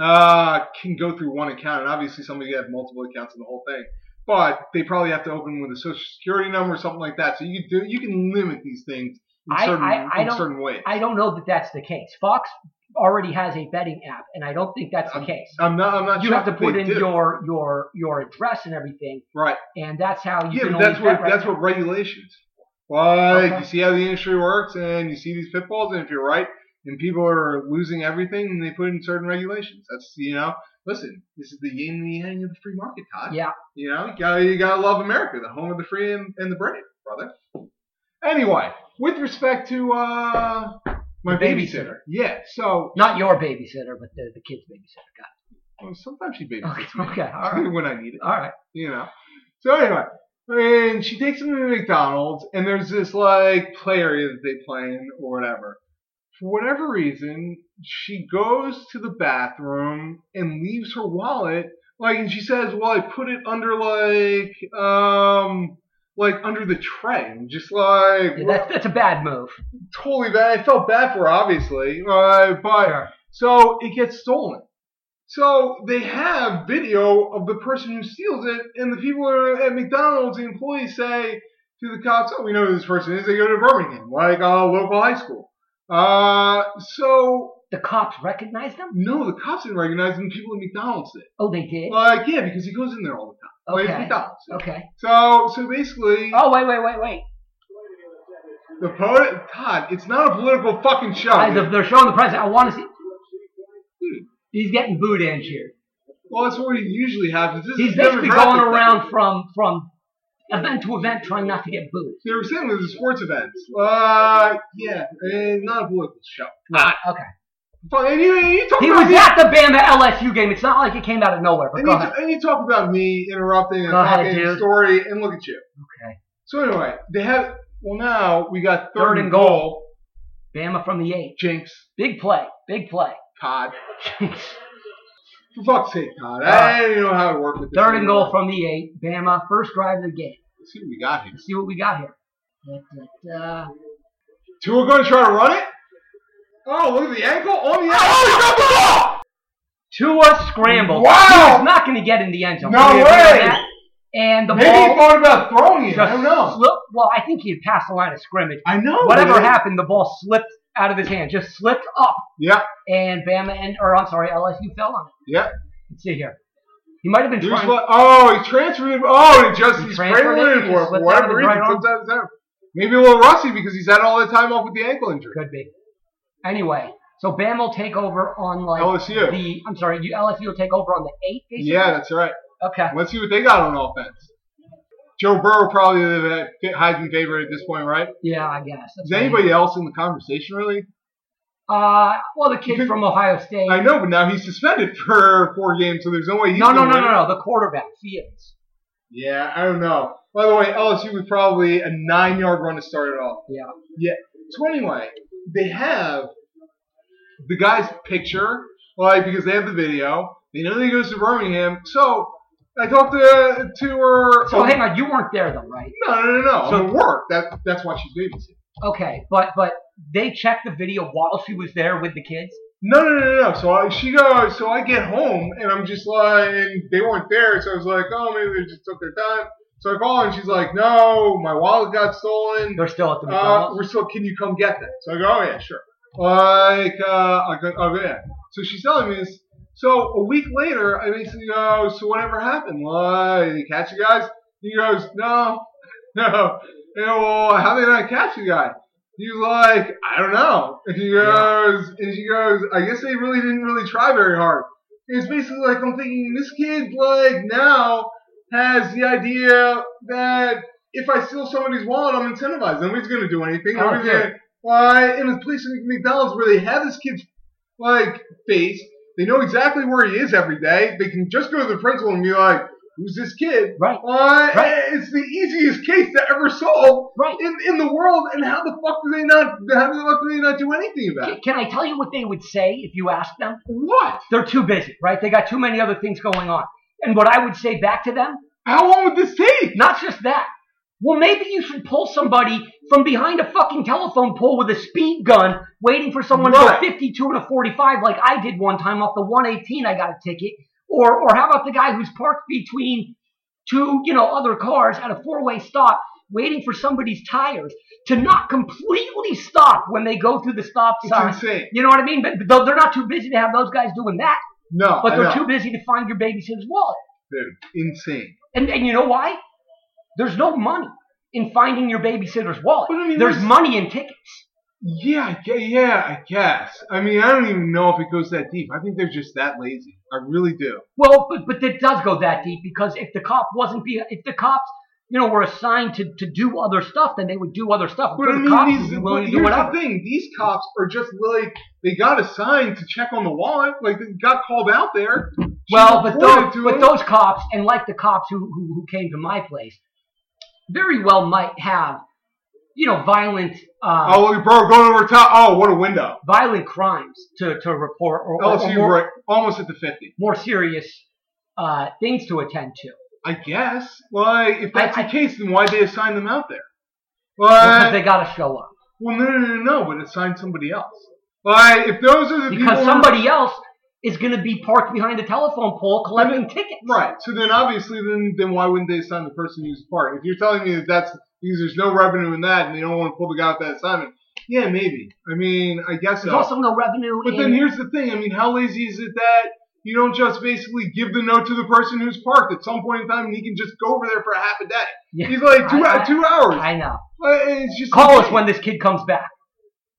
Speaker 2: uh, can go through one account. And obviously, somebody could have multiple accounts in the whole thing. But they probably have to open with a social security number or something like that. So you can do, you can limit these things in
Speaker 1: I-
Speaker 2: certain,
Speaker 1: I- I
Speaker 2: in
Speaker 1: don't-
Speaker 2: certain ways.
Speaker 1: I don't know that that's the case. Fox already has a betting app, and I don't think that's the case.
Speaker 2: I'm not. I'm not.
Speaker 1: you
Speaker 2: sure
Speaker 1: have to
Speaker 2: if they
Speaker 1: put in
Speaker 2: do.
Speaker 1: your your your address and everything,
Speaker 2: right.
Speaker 1: and that's how you
Speaker 2: Yeah,
Speaker 1: can
Speaker 2: but
Speaker 1: only
Speaker 2: that's what
Speaker 1: bet right
Speaker 2: that's
Speaker 1: now.
Speaker 2: what regulations. Like
Speaker 1: Okay.
Speaker 2: you see how the industry works, and you see these pitfalls, and if you're right, and people are losing everything, and they put in certain regulations. That's you know, listen, this is the yin and the yang of the free market, Todd.
Speaker 1: Yeah.
Speaker 2: You know, you gotta, you gotta love America, the home of the free and, and the brave, brother. Anyway, with respect to uh, my
Speaker 1: The
Speaker 2: babysitter,
Speaker 1: babysitter.
Speaker 2: yeah. So
Speaker 1: Not your babysitter, but the, the kid's babysitter. Got
Speaker 2: well, sometimes she
Speaker 1: it.
Speaker 2: babysits
Speaker 1: Okay, okay, all
Speaker 2: me
Speaker 1: right,
Speaker 2: when I need it.
Speaker 1: all right.
Speaker 2: you know. So anyway, and she takes him to McDonald's, and there's this like play area that they play in or whatever. For whatever reason, she goes to the bathroom and leaves her wallet. Like, and she says, "Well, I put it under like, um, like under the tray." And just like
Speaker 1: Yeah, that's that's a bad move.
Speaker 2: totally bad. I felt bad for her, obviously, uh, but
Speaker 1: Sure.
Speaker 2: so it gets stolen. So they have video of the person who steals it, and the people are at McDonald's, the employees say to the cops, "Oh, we know who this person is. They go to Birmingham, like uh, local high school." Uh, so
Speaker 1: The cops recognized them.
Speaker 2: no, the cops didn't recognize him. People at McDonald's did.
Speaker 1: Oh, they did.
Speaker 2: Like, yeah, because he goes in there all the time. Like, it's
Speaker 1: Okay.
Speaker 2: McDonald's.
Speaker 1: Okay.
Speaker 2: So, so basically,
Speaker 1: Oh, wait, wait, wait, wait.
Speaker 2: the po- Todd, it's not a political fucking show.
Speaker 1: I,
Speaker 2: man.
Speaker 1: they're- they're showing the president. I want to see.
Speaker 2: Hmm.
Speaker 1: He's getting booed and cheered.
Speaker 2: Well, that's what we usually have. This is
Speaker 1: He's
Speaker 2: a
Speaker 1: basically
Speaker 2: demographic
Speaker 1: going
Speaker 2: thing.
Speaker 1: around from from event to event, trying not to get booed.
Speaker 2: They were saying it was a sports event. Uh, yeah, and not a political show. Not.
Speaker 1: Okay.
Speaker 2: But, and you, and you talk
Speaker 1: He
Speaker 2: about
Speaker 1: was
Speaker 2: me,
Speaker 1: at the Bama LSU game. It's not like it came out of nowhere. But
Speaker 2: and
Speaker 1: go
Speaker 2: you,
Speaker 1: ahead.
Speaker 2: and you talk about me interrupting a
Speaker 1: Go ahead,
Speaker 2: fucking
Speaker 1: dude.
Speaker 2: story, and look at you.
Speaker 1: Okay.
Speaker 2: So anyway, they have. Well, now we got third,
Speaker 1: Third and goal. Bama from the eight.
Speaker 2: Jinx,
Speaker 1: Big play. Big play.
Speaker 2: Todd.
Speaker 1: Third
Speaker 2: For fuck's sake, Todd. I didn't know how it worked with this.
Speaker 1: Uh, and goal from the eight. Bama first drive of the game.
Speaker 2: Let's see what we got here.
Speaker 1: Let's see what we got here. Da, da, da.
Speaker 2: Tua going to try to run it. Oh, look at the ankle on the ankle.
Speaker 1: Oh, Tua scrambled.
Speaker 2: Wow.
Speaker 1: He was not going to get in the end zone.
Speaker 2: No
Speaker 1: Can you believe
Speaker 2: way.
Speaker 1: that? And the
Speaker 2: Maybe he
Speaker 1: ball
Speaker 2: thought about throwing it.
Speaker 1: just
Speaker 2: I don't know.
Speaker 1: slipped. Well, I think he had passed the line of scrimmage.
Speaker 2: I know.
Speaker 1: Whatever
Speaker 2: but-
Speaker 1: happened, the ball slipped out of his hand. Just slipped up.
Speaker 2: Yeah.
Speaker 1: and Bama and or I'm sorry, LSU fell on it.
Speaker 2: Yeah.
Speaker 1: Let's see here. He might have been
Speaker 2: He was
Speaker 1: trying.
Speaker 2: like, oh, he transferred it. Oh, he just
Speaker 1: He
Speaker 2: he's
Speaker 1: transferred it,
Speaker 2: scrambling
Speaker 1: he
Speaker 2: for it
Speaker 1: slipped out
Speaker 2: for
Speaker 1: of
Speaker 2: whatever
Speaker 1: his
Speaker 2: reason.
Speaker 1: right arm.
Speaker 2: Sometimes that- maybe a little rusty because he's had all that time off with the ankle injury.
Speaker 1: Could be. Anyway, so Bama will take over on like
Speaker 2: LSU.
Speaker 1: the I'm sorry, you, LSU will take over on the eighth. Basically?
Speaker 2: Yeah, that's right.
Speaker 1: Okay.
Speaker 2: Let's see what they got on offense. Joe Burrow probably the Heisman favorite at this point, right?
Speaker 1: Yeah, I guess. That's
Speaker 2: Is anybody else in the conversation really?
Speaker 1: right. Uh, well, the kid from Ohio State.
Speaker 2: I know, but now he's suspended for four games, so there's no way he's
Speaker 1: No, no,
Speaker 2: gonna
Speaker 1: no,
Speaker 2: win.
Speaker 1: no, no. The quarterback Fields.
Speaker 2: Yeah, I don't know. By the way, LSU was probably a nine yard run to start it off.
Speaker 1: Yeah.
Speaker 2: Yeah. So anyway, they have the guy's picture, like because they have the video. They know that he goes to Birmingham. So I talked to to her.
Speaker 1: So hang on, you weren't there though, right?
Speaker 2: no, no, no,
Speaker 1: So-
Speaker 2: no. So it worked. That that's why she's babysitting.
Speaker 1: Okay, but but they checked the video while she was there with the kids.
Speaker 2: No, no, no, no. So I, she goes. So I get home and I'm just like, and they weren't there. So I was like, oh, maybe they just took their time. So I call her and she's like, no, my wallet got stolen.
Speaker 1: They're still at the
Speaker 2: Uh,
Speaker 1: McDonald's.
Speaker 2: we're still. Can you come get that? So I go, oh yeah, sure. Like, uh, I go, oh yeah. So she's telling me this. So a week later, I basically go, so whatever happened? Why did they catch you guys? He goes, no, no. And well, how did I catch you guys? He's like, I don't know. And he goes, and she goes, I guess they really didn't really try very hard. And it's basically like I'm thinking this kid like now has the idea that if I steal somebody's wallet, I'm incentivized. Nobody's gonna do anything.
Speaker 1: Oh,
Speaker 2: Nobody's
Speaker 1: yeah.
Speaker 2: gonna, why? And it's place in McDonald's where they have this kid's like face. They know exactly where he is every day. They can just go to the principal and be like, "Who's this kid?"
Speaker 1: right,
Speaker 2: Why?
Speaker 1: Right.
Speaker 2: It's the easiest case to ever solve
Speaker 1: right.
Speaker 2: in, in the world. And how the fuck do they not? How the fuck do they not do anything about
Speaker 1: Can-
Speaker 2: it?
Speaker 1: Can I tell you what they would say if you asked them?
Speaker 2: What?
Speaker 1: They're too busy, right? They got too many other things going on. And what I would say back to them,
Speaker 2: How long would this take?
Speaker 1: not just that. Well, maybe you should pull somebody from behind a fucking telephone pole with a speed gun, waiting for someone
Speaker 2: Right.
Speaker 1: to go 52 and a 45, like I did one time off the 118. I got a ticket. Or, or how about the guy who's parked between two, you know, other cars at a four-way stop, waiting for somebody's tires to not completely stop when they go through the stop
Speaker 2: It's
Speaker 1: sign.
Speaker 2: insane.
Speaker 1: You know what I mean? But though they're not too busy to have those guys doing that,
Speaker 2: No,
Speaker 1: but
Speaker 2: I
Speaker 1: they're
Speaker 2: know.
Speaker 1: too busy to find your babysitter's wallet.
Speaker 2: Dude, insane.
Speaker 1: And and you know why? There's no money in finding your babysitter's wallet.
Speaker 2: But I mean,
Speaker 1: there's
Speaker 2: there's-
Speaker 1: money in tickets.
Speaker 2: Yeah, I gue- yeah, I guess. I mean, I don't even know if it goes that deep. I think they're just that lazy. I really do.
Speaker 1: Well, but but it does go that deep because if the cop wasn't be if the cops you know were assigned to, to do other stuff, then they would do other stuff.
Speaker 2: But I
Speaker 1: the
Speaker 2: mean,
Speaker 1: cops
Speaker 2: these,
Speaker 1: would be
Speaker 2: but
Speaker 1: willing to do
Speaker 2: here's the
Speaker 1: whatever.
Speaker 2: thing: these cops are just like they got assigned to check on the wallet. Like they got called out there. She
Speaker 1: Well, but
Speaker 2: reported
Speaker 1: those,
Speaker 2: to
Speaker 1: but
Speaker 2: him.
Speaker 1: those cops, and like the cops who, who, who came to my place, very well might have, you know, violent um,
Speaker 2: Oh, look, bro, going over top. Oh, what a window.
Speaker 1: violent crimes to, to report or, or- or
Speaker 2: LSU
Speaker 1: more,
Speaker 2: right, almost at the fifty.
Speaker 1: more serious uh, things to attend to
Speaker 2: I guess. Like, if that's
Speaker 1: I-
Speaker 2: the case, then why'd they assign them out there?
Speaker 1: because
Speaker 2: Like,
Speaker 1: they got to show up.
Speaker 2: well, no, no, no, no, but assign somebody else. Like, if those are the people
Speaker 1: Because
Speaker 2: who-
Speaker 1: somebody else is going to be parked behind a telephone pole collecting tickets.
Speaker 2: Right. So then, obviously, then then why wouldn't they assign the person who's part? If you're telling me that that's because there's no revenue in that, and they don't want to pull the guy off that assignment, yeah, maybe. I mean, I guess
Speaker 1: There's
Speaker 2: so.
Speaker 1: also no revenue.
Speaker 2: But
Speaker 1: in-
Speaker 2: then here's the thing. I mean, how lazy is it that you don't just basically give the note to the person who's parked at some point in time, and he can just go over there for half a day?
Speaker 1: Yeah.
Speaker 2: He's like two
Speaker 1: I-
Speaker 2: hou- two hours.
Speaker 1: I know.
Speaker 2: Uh, it's just
Speaker 1: Call us when this kid comes back.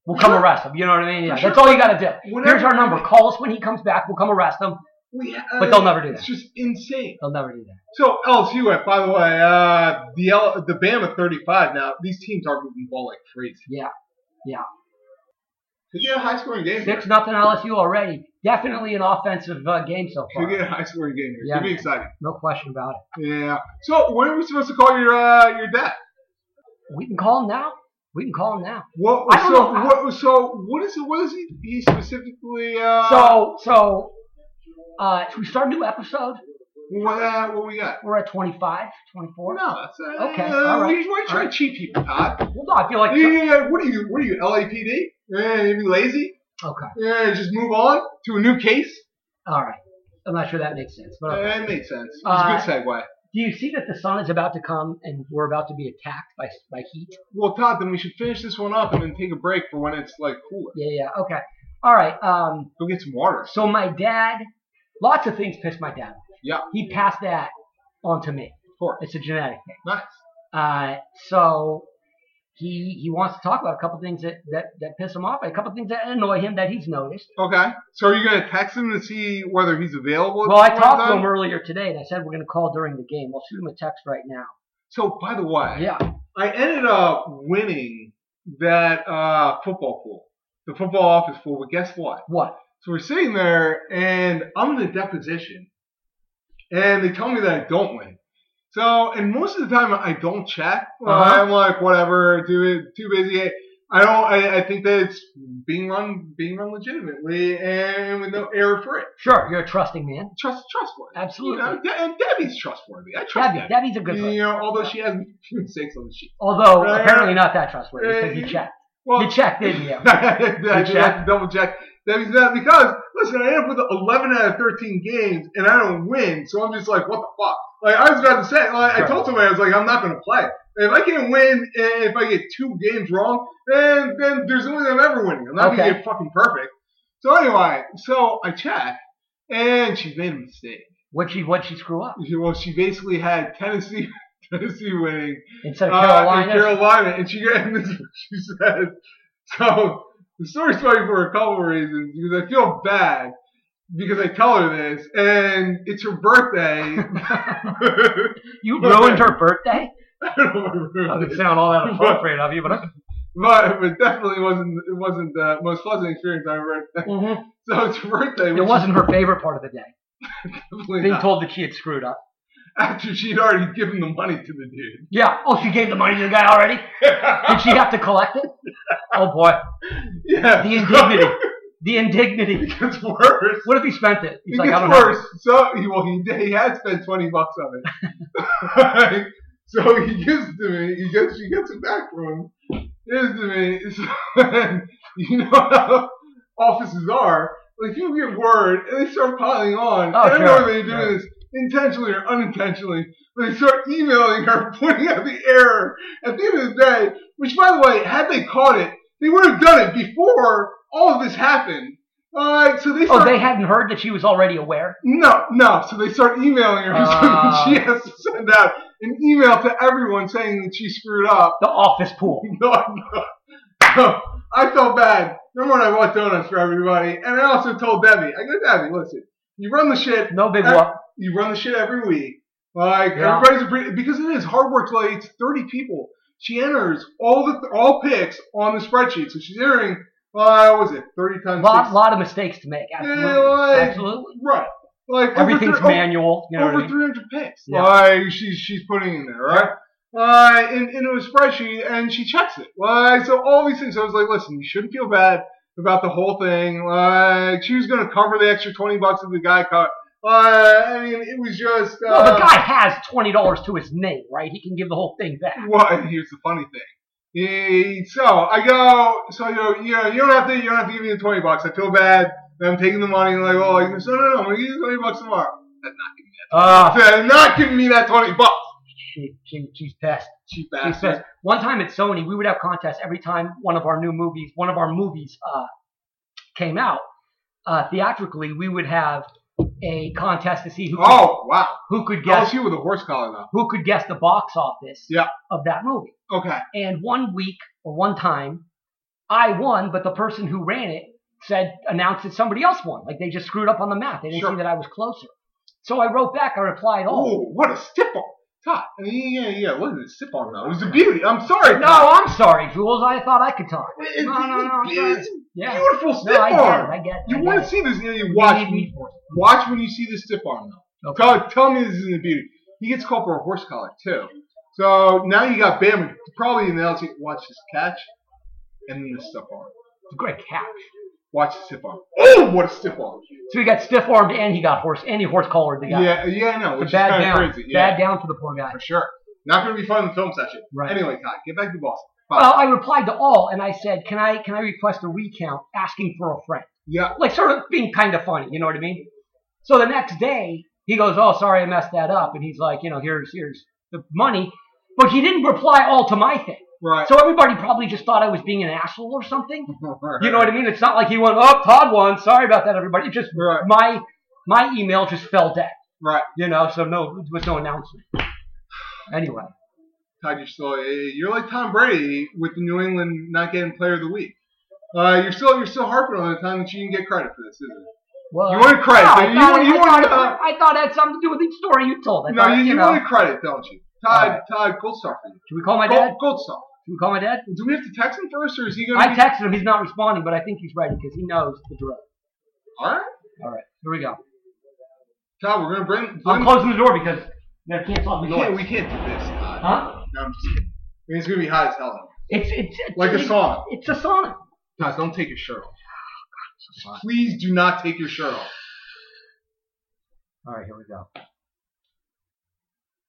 Speaker 1: We'll come arrest him. You know what I mean? Yeah,
Speaker 2: Sure.
Speaker 1: that's all you got to do.
Speaker 2: Whenever-
Speaker 1: Here's our number. Call us when he comes back. We'll come arrest him.
Speaker 2: we, uh,
Speaker 1: But they'll never do
Speaker 2: It's
Speaker 1: that.
Speaker 2: just insane.
Speaker 1: They'll never do that.
Speaker 2: So LSU, at, by the way, uh, the L- the Bama 35. Now these teams are moving the ball like crazy.
Speaker 1: Yeah.
Speaker 2: Could get a high scoring game.
Speaker 1: Six
Speaker 2: Here.
Speaker 1: nothing LSU already. Definitely an offensive uh, game so
Speaker 2: Could
Speaker 1: far.
Speaker 2: get a high scoring game here.
Speaker 1: Yeah,
Speaker 2: Could be
Speaker 1: man.
Speaker 2: exciting.
Speaker 1: No question about it.
Speaker 2: Yeah. So when are we supposed to call your uh, your dad?
Speaker 1: We can call him now. We can call him now.
Speaker 2: What?
Speaker 1: I don't
Speaker 2: So
Speaker 1: know.
Speaker 2: what? So what is it? What is he? He specifically. Uh,
Speaker 1: So, so, uh, should we start a new episode?
Speaker 2: what? Uh, what we got?
Speaker 1: We're at 25, 24.
Speaker 2: Well, no, that's uh,
Speaker 1: Okay,
Speaker 2: Uh,
Speaker 1: all right.
Speaker 2: We, we
Speaker 1: All
Speaker 2: try to cheat people, Todd.
Speaker 1: Well, no, I feel like.
Speaker 2: Yeah, yeah, yeah. What are you? What are you? LAPD? Yeah, you be lazy?
Speaker 1: Okay.
Speaker 2: Yeah, just move on to a new case.
Speaker 1: All right. I'm not sure that makes sense. But okay.
Speaker 2: Uh, that makes sense. It's
Speaker 1: Uh,
Speaker 2: a good segue.
Speaker 1: do you see that the sun is about to come and we're about to be attacked by by heat?
Speaker 2: Well, Todd, then we should finish this one up and then take a break for when it's like cooler.
Speaker 1: Yeah, yeah. Okay. All right. Um.
Speaker 2: Go get some water.
Speaker 1: So my dad, lots of things pissed my dad. off.
Speaker 2: Yeah.
Speaker 1: He passed that on to me.
Speaker 2: Of course.
Speaker 1: It's a genetic thing.
Speaker 2: Nice.
Speaker 1: Uh. So. He, he wants to talk about a couple things that, that, that piss him off, and a couple things that annoy him that he's noticed.
Speaker 2: Okay. So are you gonna text him to see whether he's available? at
Speaker 1: Well, I
Speaker 2: this point in
Speaker 1: talked to
Speaker 2: time?
Speaker 1: him earlier today, and I said we're going to call during the game. I'll shoot him a text right now.
Speaker 2: So by the way,
Speaker 1: Yeah.
Speaker 2: I ended up winning that uh, football pool, the football office pool. But guess what?
Speaker 1: What?
Speaker 2: So we're sitting there, and I'm in a deposition, and they tell me that I don't win. So, and most of the time I don't check. Uh,
Speaker 1: Uh-huh.
Speaker 2: I'm like, whatever, too too busy. I don't. I, I think that it's being run being run legitimately and with no error for it.
Speaker 1: Sure, you're a trusting man.
Speaker 2: Trust trustworthy. You
Speaker 1: Absolutely.
Speaker 2: know, De- and Debbie's trustworthy. I trust
Speaker 1: Debbie,
Speaker 2: Debbie.
Speaker 1: Debbie's a good person.
Speaker 2: You know, although she has few mistakes on the sheet.
Speaker 1: Although
Speaker 2: Uh,
Speaker 1: apparently not that trustworthy because you
Speaker 2: uh,
Speaker 1: checked.
Speaker 2: Well,
Speaker 1: You checked, didn't you?
Speaker 2: I
Speaker 1: You
Speaker 2: did have to double check. That means that because listen, I end up with 11 out of 13 games and I don't win, so I'm just like, what the fuck? Like I was about to say, like, I
Speaker 1: Sure.
Speaker 2: told somebody I was like, I'm not going to play. If I can't win, and if I get two games wrong, then then there's no way I'm ever winning. I'm not going
Speaker 1: Okay.
Speaker 2: to get fucking perfect. So anyway, so I check, and she made a mistake.
Speaker 1: What she what she screw up
Speaker 2: She- Well, she basically had Tennessee Tennessee winning
Speaker 1: instead of
Speaker 2: uh, in
Speaker 1: Carolina?
Speaker 2: Carolina, and she and this is what she says. So the story's funny for a couple of reasons because I feel bad because I tell her this, and it's her birthday.
Speaker 1: you ruined her birthday.
Speaker 2: I don't know what her
Speaker 1: Doesn't
Speaker 2: birthday is.
Speaker 1: sound all that appropriate of you, but
Speaker 2: but but definitely wasn't it wasn't the most pleasant experience I ever had.
Speaker 1: Mhm.
Speaker 2: So it's her birthday. which
Speaker 1: it
Speaker 2: is
Speaker 1: wasn't her favorite part of the day.
Speaker 2: definitely
Speaker 1: Being
Speaker 2: not.
Speaker 1: told that she had screwed up.
Speaker 2: after she'd already given the money to the dude.
Speaker 1: Yeah. Oh, she gave the money to the guy already. Did she have to collect it? Oh boy,
Speaker 2: yeah,
Speaker 1: the indignity. The indignity.
Speaker 2: it gets worse.
Speaker 1: What if he spent it? He's
Speaker 2: it
Speaker 1: like, I
Speaker 2: gets
Speaker 1: don't know.
Speaker 2: worse. So he, well, he he had spent twenty bucks on it. so he gives it to me. He gets she gets it back from him. Gives it to me. So, you know how offices are. Like you get word, and they start piling on.
Speaker 1: Oh,
Speaker 2: I don't know
Speaker 1: sure,
Speaker 2: whether they're doing
Speaker 1: sure.
Speaker 2: this intentionally or unintentionally. But they start emailing her, pointing out the error. At the end of the day, which by the way, had they caught it, they would have done it before all of this happened. Alright, so they start
Speaker 1: Oh, they hadn't heard that she was already aware.
Speaker 2: no, no. So they start emailing her.
Speaker 1: Ah.
Speaker 2: So she has to send out an email to everyone saying that she screwed up.
Speaker 1: The office pool.
Speaker 2: No, no. no. I felt bad. Remember when I bought donuts for everybody? And I also told Debbie, I go, Debbie, listen, you run the shit,
Speaker 1: No big
Speaker 2: Uh,
Speaker 1: whoop.
Speaker 2: you run the shit every week. Like
Speaker 1: Yeah.
Speaker 2: everybody's everybody's appre- because it is hard work. Like it's thirty people. She enters all the all picks on the spreadsheet. So she's entering. Uh, what was it thirty times?
Speaker 1: Lot,
Speaker 2: six-
Speaker 1: lot of mistakes to make. Absolutely.
Speaker 2: like-
Speaker 1: Absolutely.
Speaker 2: Right. Like over
Speaker 1: Everything's
Speaker 2: thir- oh, over-
Speaker 1: manual. You know what I
Speaker 2: over
Speaker 1: mean?
Speaker 2: 300 picks.
Speaker 1: Yeah.
Speaker 2: Like she's she's putting in there, right? Uh, and, and it was spreadsheet, and she checks it. Like so, all these things. I was like, listen, you shouldn't feel bad about the whole thing. Like she was gonna cover the extra 20 bucks that the guy caught. Uh, I mean, it was just. Uh,
Speaker 1: Well, the guy has twenty dollars to his name, right? He can give the whole thing back.
Speaker 2: Well, and here's the funny thing. Eh, So I go, so you know, you know, you don't have to, you don't have to give me the 20 bucks. I feel bad. that I'm taking the money. Like, oh, like, no, no, no, I'm gonna give you 20 bucks tomorrow.
Speaker 1: Ah,
Speaker 2: They're not giving me that 20 bucks.
Speaker 1: she, she, she's pissed. She's
Speaker 2: Cheap bastard.
Speaker 1: pissed. One time at Sony, we would have contests every time one of our new movies, one of our movies, uh, came out. Uh, theatrically, we would have a contest to see who could,
Speaker 2: Oh wow!
Speaker 1: who could
Speaker 2: Yes.
Speaker 1: guess
Speaker 2: LSU with a horse collar though.
Speaker 1: who could guess the box office
Speaker 2: Yeah.
Speaker 1: of that movie.
Speaker 2: Okay.
Speaker 1: And one week or one time, I won, but the person who ran it said announced that somebody else won. Like they just screwed up on the math. They didn't
Speaker 2: Sure.
Speaker 1: see that I was closer. So I wrote back. I replied, "Oh,
Speaker 2: Oh, what a stip on! Todd, I mean, yeah, yeah, what is a stip on though? It was a beauty. I'm sorry.
Speaker 1: no, I'm sorry, Jules. I thought I could talk."
Speaker 2: It- it-
Speaker 1: No, no, no, I'm
Speaker 2: it's a
Speaker 1: Yeah.
Speaker 2: beautiful
Speaker 1: No,
Speaker 2: stip
Speaker 1: I get
Speaker 2: on.
Speaker 1: it. I get it. I
Speaker 2: You
Speaker 1: get
Speaker 2: want
Speaker 1: it.
Speaker 2: to see this? You, know, you
Speaker 1: They
Speaker 2: watch,
Speaker 1: need me for it.
Speaker 2: watch when you see the stip on though.
Speaker 1: Okay.
Speaker 2: Tell, tell me this isn't a beauty. He gets called for a horse collar too. So now you got Bama probably in the LSU. Watch this catch, and then the stip on.
Speaker 1: It's a great catch.
Speaker 2: Watch the stip on. Oh, what a stip on!
Speaker 1: So he got stiff armed and he got horse and he horse collared the guy.
Speaker 2: Yeah, yeah, no,
Speaker 1: It's
Speaker 2: which
Speaker 1: a
Speaker 2: is
Speaker 1: bad
Speaker 2: kind
Speaker 1: down.
Speaker 2: of crazy. Yeah,
Speaker 1: Bad down for the poor guy.
Speaker 2: for sure. Not going to be fun in the film session.
Speaker 1: Right.
Speaker 2: Anyway, Todd, get back to Boston. Bye.
Speaker 1: Well, I replied to all and I said, "Can I can I request a recount asking for a friend?"
Speaker 2: yeah.
Speaker 1: like sort of being kind of funny, you know what I mean? So the next day, he goes, "Oh, sorry, I messed that up," and he's like, "You know, here's here's the money," but he didn't reply all to my thing.
Speaker 2: Right.
Speaker 1: So everybody probably just thought I was being an asshole or something. You know what I mean? It's not like he went, "Oh, Todd won. Sorry about that, everybody." It just
Speaker 2: Right.
Speaker 1: my my email just fell dead.
Speaker 2: Right.
Speaker 1: You know, so no, there was no announcement. Anyway,
Speaker 2: Todd, you're still you're like Tom Brady with the New England not getting Player of the Week. Uh, you're still you're still harping on the time that you can get credit for this, isn't it?
Speaker 1: well,
Speaker 2: You wanted
Speaker 1: no, I
Speaker 2: credit, but you
Speaker 1: thought
Speaker 2: want-
Speaker 1: it-
Speaker 2: you
Speaker 1: I
Speaker 2: wanted,
Speaker 1: thought it- I thought it had something to do with the story you told. I
Speaker 2: No,
Speaker 1: thought,
Speaker 2: you, you
Speaker 1: know,
Speaker 2: wanted credit, don't you? Todd,
Speaker 1: Alright.
Speaker 2: Todd, gold star for you.
Speaker 1: should we call my dad?
Speaker 2: Gold, gold star.
Speaker 1: Should we call my dad?
Speaker 2: Do we have to text him first, or is he
Speaker 1: I
Speaker 2: gonna? be
Speaker 1: texted him. He's not responding, but I think he's ready because he knows the drill.
Speaker 2: All right,
Speaker 1: All right, here we go.
Speaker 2: Todd, we're gonna bring.
Speaker 1: I'm
Speaker 2: bring
Speaker 1: closing the door because There can't solve
Speaker 2: We
Speaker 1: the
Speaker 2: can't,
Speaker 1: noise.
Speaker 2: we can't do this. God.
Speaker 1: Huh?
Speaker 2: No, I'm just kidding. I mean, it's gonna be hot as hell.
Speaker 1: It's it's, it's
Speaker 2: Like a
Speaker 1: it's-
Speaker 2: sauna.
Speaker 1: It's a sauna.
Speaker 2: Guys, don't take your shirt off. Please do not take your shirt off.
Speaker 1: All right, here we go.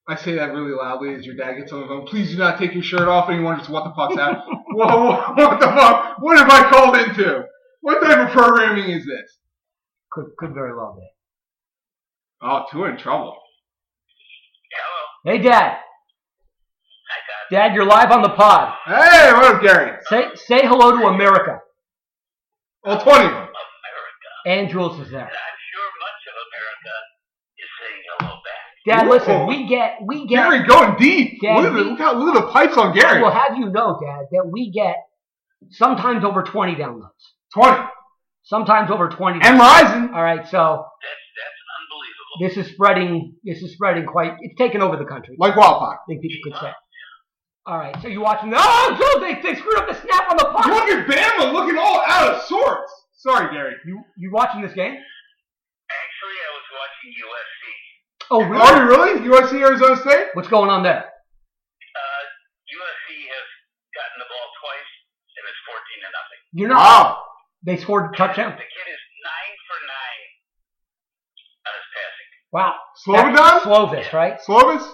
Speaker 2: I say that really loudly as your dad gets on the phone. Please do not take your shirt off. Anyone just what the fuck's out? whoa, whoa, what the fuck? What have I called into? What type of programming is this?
Speaker 1: Could could very well be.
Speaker 2: Oh, two in trouble.
Speaker 3: Hello.
Speaker 1: Hey, Dad.
Speaker 3: Hi, Dad.
Speaker 1: Dad, you're live on the pod.
Speaker 2: Hey, what up, Gary?
Speaker 1: Say say hello to America.
Speaker 2: All Oh, twenty of them.
Speaker 3: America.
Speaker 1: And Jules is there.
Speaker 3: And I'm sure much of America is saying hello back.
Speaker 1: Dad,
Speaker 2: Whoa.
Speaker 1: listen, we get we get
Speaker 2: Gary going deep.
Speaker 1: Yeah,
Speaker 2: look, at the,
Speaker 1: deep.
Speaker 2: look, how, look at the pipes on
Speaker 1: I
Speaker 2: Gary.
Speaker 1: will have you know, Dad, that we get sometimes over 20 downloads,
Speaker 2: Twenty
Speaker 1: sometimes over 20.
Speaker 2: and rising.
Speaker 1: All right, so
Speaker 3: That's that's unbelievable.
Speaker 1: this is spreading. This is spreading quite. It's taken over the country.
Speaker 2: Like wildfire.
Speaker 1: I think people could say. All right, so you watching? Oh, dude, they, they screwed up the snap on the puck.
Speaker 2: Look at Bama looking all out of sorts. Sorry, Gary.
Speaker 1: You you watching this game?
Speaker 3: Actually, I was watching USC.
Speaker 1: Oh,
Speaker 2: Are
Speaker 1: really?
Speaker 2: you really? USC Arizona State?
Speaker 1: What's going on there?
Speaker 3: Uh, USC has gotten the ball twice, and it's 14 to nothing.
Speaker 1: You're not.
Speaker 2: Wow.
Speaker 1: They scored a touchdown.
Speaker 3: The kid is nine for nine on his passing.
Speaker 1: Wow.
Speaker 2: Slobodan?
Speaker 1: That's Slovis, right?
Speaker 2: Slovis?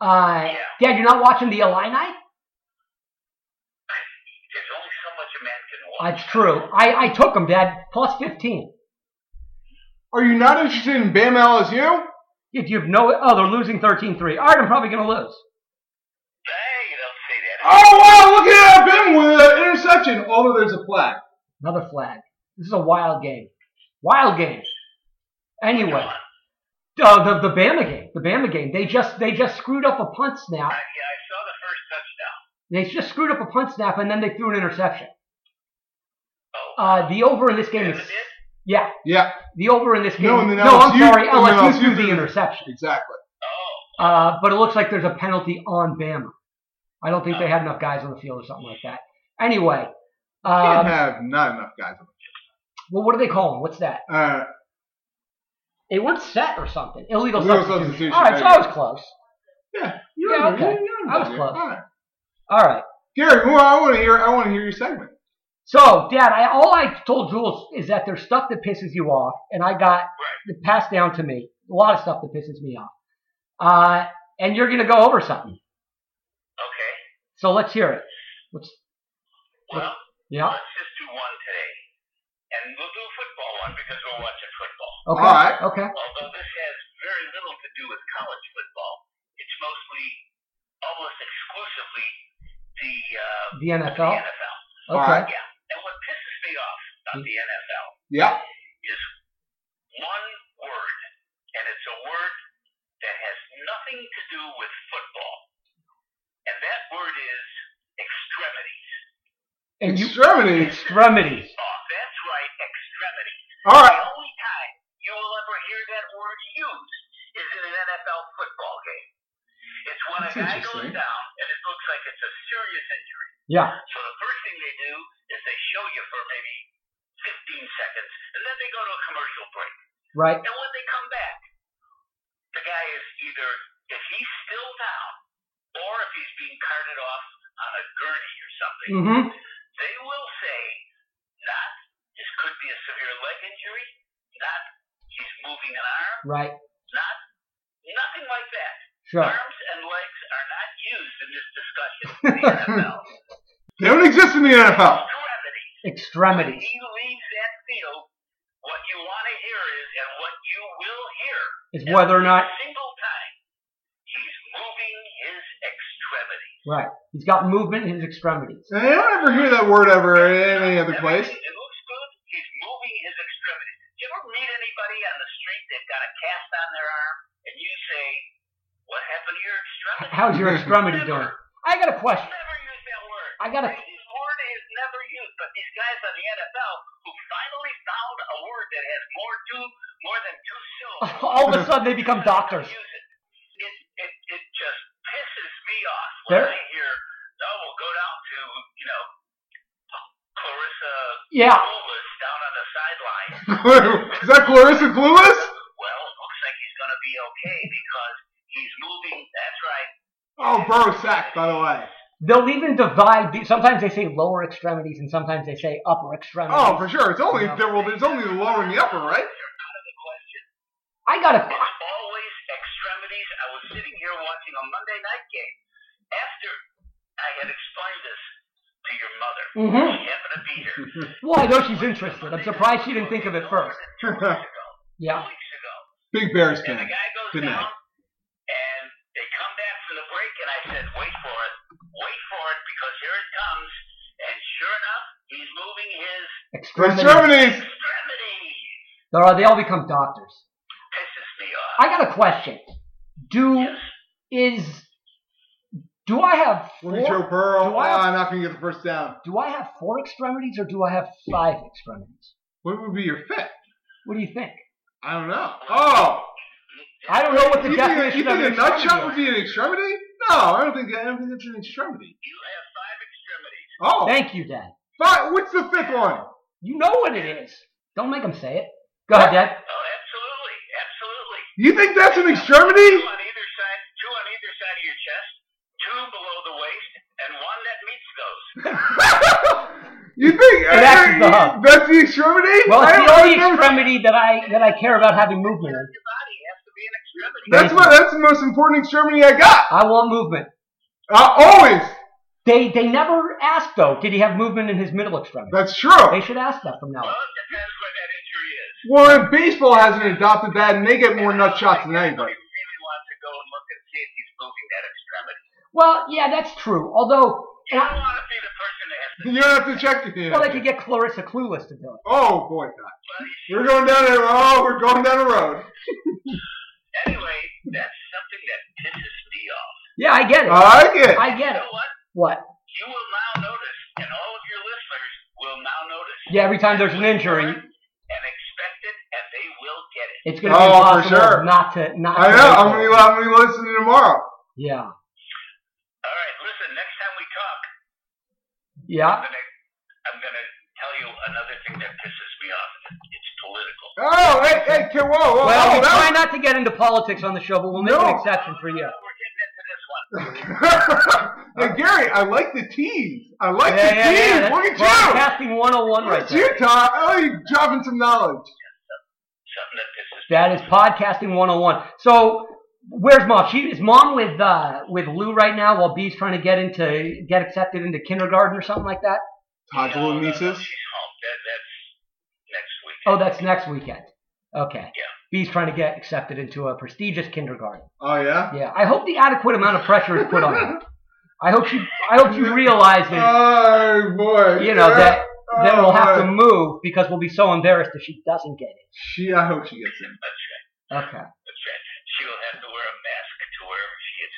Speaker 1: Uh, Dad, you're not watching the Illini?
Speaker 3: There's only so much a man can watch.
Speaker 1: That's Uh, true. I, I took them, Dad. Plus 15.
Speaker 2: Are you not interested in Bama LSU?
Speaker 1: If you have no, oh, they're losing 13-3. All right, I'm probably going to lose.
Speaker 3: Hey, you don't say that.
Speaker 2: Oh wow, look at that Bama with an interception. Although there's a flag.
Speaker 1: Another flag. This is a wild game. Wild game. Anyway, uh, the the Bama game, the Bama game. They just they just screwed up a punt snap.
Speaker 3: I, yeah, I saw the
Speaker 1: They
Speaker 3: first touchdown.
Speaker 1: just screwed up a punt snap, and then they threw an interception.
Speaker 3: Oh,
Speaker 1: Uh, the over in this game
Speaker 3: Bama
Speaker 1: is
Speaker 3: did?
Speaker 1: yeah.
Speaker 2: Yeah,
Speaker 1: The over in this game.
Speaker 2: No, and then
Speaker 1: I'm
Speaker 2: LSU
Speaker 1: sorry.
Speaker 2: and then
Speaker 1: LSU
Speaker 2: LSU
Speaker 1: threw the
Speaker 2: threw-
Speaker 1: interception.
Speaker 2: exactly.
Speaker 3: Oh,
Speaker 1: Uh, but it looks like there's a penalty on Bama. I don't think they had enough guys on the field or something like that. Anyway,
Speaker 2: Can't
Speaker 1: uh,
Speaker 2: have not enough guys.
Speaker 1: well, what do they call them? What's that?
Speaker 2: Uh,
Speaker 1: They weren't set or something. Illegal,
Speaker 2: Illegal
Speaker 1: substitution.
Speaker 2: substitution,
Speaker 1: All right, so
Speaker 2: there you
Speaker 1: I
Speaker 2: go.
Speaker 1: was close.
Speaker 2: yeah,
Speaker 1: Yeah, okay. I was
Speaker 2: buddy.
Speaker 1: close.
Speaker 2: All right.
Speaker 1: All right.
Speaker 2: Gary, who I want to hear, I want to hear your segment.
Speaker 1: So, Dad, I, all I told Jules is that there's stuff that pisses you off, and I got it passed down to me a lot of stuff that pisses me off. Uh, and you're going to go over something.
Speaker 3: okay.
Speaker 1: So let's hear it. What's,
Speaker 3: Well,
Speaker 1: yeah.
Speaker 3: let's just do one today. And we'll do a football one because we're watching football.
Speaker 1: Okay.
Speaker 2: All right.
Speaker 1: Okay.
Speaker 3: Although this has very little to do with college football, it's mostly, almost exclusively, the, uh,
Speaker 1: The
Speaker 3: the
Speaker 1: NFL.
Speaker 3: NFL.
Speaker 1: Okay.
Speaker 2: All right.
Speaker 3: And what pisses me off about the NFL
Speaker 2: Yeah,
Speaker 3: is one word, and it's a word that has nothing to do with football. And that word is extremities.
Speaker 1: And you
Speaker 2: extremities.
Speaker 1: extremities.
Speaker 3: Oh, that's right, extremities.
Speaker 2: All
Speaker 3: The
Speaker 2: right,
Speaker 3: only time you will ever hear that word used is in an NFL football game. It's when
Speaker 2: That's
Speaker 3: a guy
Speaker 2: interesting.
Speaker 3: goes down and it looks like it's a serious injury.
Speaker 1: Yeah.
Speaker 3: So the first thing they do is they show you for maybe 15 seconds, and then they go to a commercial break.
Speaker 1: Right.
Speaker 3: And when they come back, the guy is either, if he's still down, or if he's being carted off on a gurney or something,
Speaker 1: Mm-hmm.
Speaker 3: they will say, not, this could be a severe leg injury, not, he's moving an arm,
Speaker 1: Right.
Speaker 3: not, nothing like that.
Speaker 1: Sure.
Speaker 3: Arms and legs are not used in this discussion in the NFL.
Speaker 2: they don't exist in the NFL.
Speaker 3: Extremity. When
Speaker 1: Extremities.
Speaker 3: he leaves that field, what you want to hear is, and what you will hear,
Speaker 1: Is whether or not.
Speaker 3: every single time, he's moving his extremity.
Speaker 1: Right. He's got movement in his extremities.
Speaker 2: And I don't ever hear that word ever in any other place.
Speaker 3: Everything- It looks good. He's moving his extremity. Do you ever meet anybody on the street that's got a cast on their arm, and you say, "What happened to your extremity?"
Speaker 1: How's your extremity doing?
Speaker 3: Never,
Speaker 1: I got a question.
Speaker 3: never use that word.
Speaker 1: I got a
Speaker 3: This word is never used, but these guys on the NFL who finally found a word that has more two, more than two syllables.
Speaker 1: all of a sudden they become doctors.
Speaker 3: Use it. It, it, it just pisses me off when
Speaker 1: There-
Speaker 3: I hear, oh, we'll go down to, you know, Clarissa
Speaker 1: Yeah.
Speaker 3: Lewis down on the sideline.
Speaker 2: Is that Clarissa Clueless?
Speaker 3: Well, it looks like he's going to be okay because he's moving
Speaker 2: Oh, Burrow sacked, by the way.
Speaker 1: They'll even divide. The, sometimes they say lower extremities, and sometimes they say upper extremities.
Speaker 2: Oh, for sure. It's only well, it's only the lower and the upper, right?
Speaker 3: The question.
Speaker 1: I gotta.
Speaker 3: It's always extremities. I was sitting here watching a Monday night game. After I had explained this to your mother,
Speaker 1: Mhm.
Speaker 3: she happened to be here.
Speaker 1: Well, I know she's interested. I'm surprised she didn't think of it first.
Speaker 3: Two weeks ago.
Speaker 1: Yeah.
Speaker 3: Two weeks ago.
Speaker 2: Big Bears
Speaker 3: And the
Speaker 2: fan.
Speaker 3: guy goes
Speaker 2: Good
Speaker 3: down,
Speaker 2: night.
Speaker 3: and they come back from the break, and I said, "Wait for it, wait for it, because here it comes." And sure enough, he's moving his
Speaker 1: Extremities.
Speaker 2: Extremities.
Speaker 3: extremities.
Speaker 1: They're- They all become doctors.
Speaker 3: Pisses me off.
Speaker 1: I got a question. Do
Speaker 3: yes.
Speaker 1: is do I have
Speaker 2: Look at Joe
Speaker 1: four?
Speaker 2: Burrow.
Speaker 1: Do I have-
Speaker 2: Ah, not gonna get the first down.
Speaker 1: Do I have four extremities or do I have five extremities?
Speaker 2: What would be your fifth?
Speaker 1: What do you think?
Speaker 2: I don't know. Oh,
Speaker 1: I don't know what the
Speaker 2: you think,
Speaker 1: definition
Speaker 2: you think
Speaker 1: of
Speaker 2: a
Speaker 1: extremity
Speaker 2: nut shot
Speaker 1: is.
Speaker 2: would be an extremity? No, I don't think that. I don't think that's an extremity.
Speaker 3: You have five extremities.
Speaker 2: Oh,
Speaker 1: Thank you, Dad.
Speaker 2: but what's the fifth one?
Speaker 1: You know what it is. Don't make him say it. Go ahead, Dad.
Speaker 3: Oh, absolutely, absolutely.
Speaker 2: You think that's an
Speaker 3: Two
Speaker 2: extremity?
Speaker 3: on either side, two on either side of your chest, two below the waist, and one that meets those.
Speaker 2: you think
Speaker 1: It acts as the hub.
Speaker 2: that's the extremity?
Speaker 1: Well,
Speaker 2: I
Speaker 1: it's
Speaker 2: don't-
Speaker 1: the
Speaker 2: I've
Speaker 1: only
Speaker 2: never-
Speaker 1: extremity that I that I care about having movement. in.
Speaker 3: Your body has to be an extremity.
Speaker 2: That's what. That's the most important extremity I got.
Speaker 1: I want movement.
Speaker 2: Uh, always.
Speaker 1: They they never asked though. Did he have movement in his middle extremity?
Speaker 2: That's true.
Speaker 1: They should ask that from now on.
Speaker 3: Well, it depends where that injury is.
Speaker 2: Well, if baseball hasn't adopted that, and they get more nut shots than
Speaker 3: Nobody
Speaker 2: anybody.
Speaker 3: really wants to go and look and see if he's moving that extremity.
Speaker 1: Well, yeah, that's true. Although,
Speaker 3: You don't want to be the person that has to.
Speaker 2: You don't have to check it.
Speaker 1: well, they could get Clarissa Clueless to do it.
Speaker 2: Oh boy, God.
Speaker 3: Well, you see,
Speaker 2: we're going down a oh, we're going down a road.
Speaker 3: anyway, that's something that pisses me off.
Speaker 1: Yeah, I get it.
Speaker 2: I like it.
Speaker 1: I
Speaker 3: You
Speaker 1: get it.
Speaker 3: know what?
Speaker 1: What?
Speaker 3: You will now notice, and all of your listeners will now notice.
Speaker 1: Yeah, every time there's an injury,
Speaker 3: And expect it, and they will get it.
Speaker 1: it's going to be
Speaker 2: Oh, for
Speaker 1: impossible
Speaker 2: sure.
Speaker 1: not to not. to
Speaker 2: I know.
Speaker 1: make
Speaker 2: I'm
Speaker 1: it.
Speaker 2: gonna, I'm gonna listen to tomorrow.
Speaker 1: Yeah,
Speaker 3: All right, listen. Next time we talk, I'm
Speaker 1: yeah.
Speaker 3: gonna, I'm gonna tell you another thing that pisses me off. It's political.
Speaker 2: Oh, hey, hey, kid, whoa, whoa,
Speaker 1: Well,
Speaker 2: whoa,
Speaker 1: we
Speaker 2: that
Speaker 1: try
Speaker 2: was-
Speaker 1: not to get into politics on the show, but we'll make
Speaker 2: No.
Speaker 1: an exception for you.
Speaker 3: We're getting into this one.
Speaker 2: hey, Gary, I like the tease. I like
Speaker 1: yeah,
Speaker 2: the
Speaker 1: yeah,
Speaker 2: tease.
Speaker 1: yeah.
Speaker 2: Look at you.
Speaker 1: Casting 101
Speaker 2: Look
Speaker 1: right
Speaker 2: at you,
Speaker 1: there.
Speaker 2: Tom. Oh, you're dropping some knowledge.
Speaker 3: Something that pisses me.
Speaker 1: That is podcasting 101. So. Where's mom? She is mom with uh with Lou right now while B's trying to get into get accepted into kindergarten or something like that.
Speaker 2: Todd's
Speaker 3: No,
Speaker 2: little
Speaker 3: no, no,
Speaker 2: nieces.
Speaker 3: She's home. That, that's next week.
Speaker 1: Oh, that's next weekend. Okay.
Speaker 3: Yeah.
Speaker 1: B's trying to get accepted into a prestigious kindergarten.
Speaker 2: Oh yeah.
Speaker 1: Yeah. I hope the adequate amount of pressure is put on her. I hope she I hope she realizes
Speaker 2: Oh boy.
Speaker 1: you know that
Speaker 2: Oh,
Speaker 1: that we'll have to
Speaker 2: boy.
Speaker 1: move because we'll be so embarrassed if she doesn't get it.
Speaker 2: She. I hope she gets in.
Speaker 3: That's right.
Speaker 1: Okay.
Speaker 3: That's right. She will have to wear a mask to wherever she is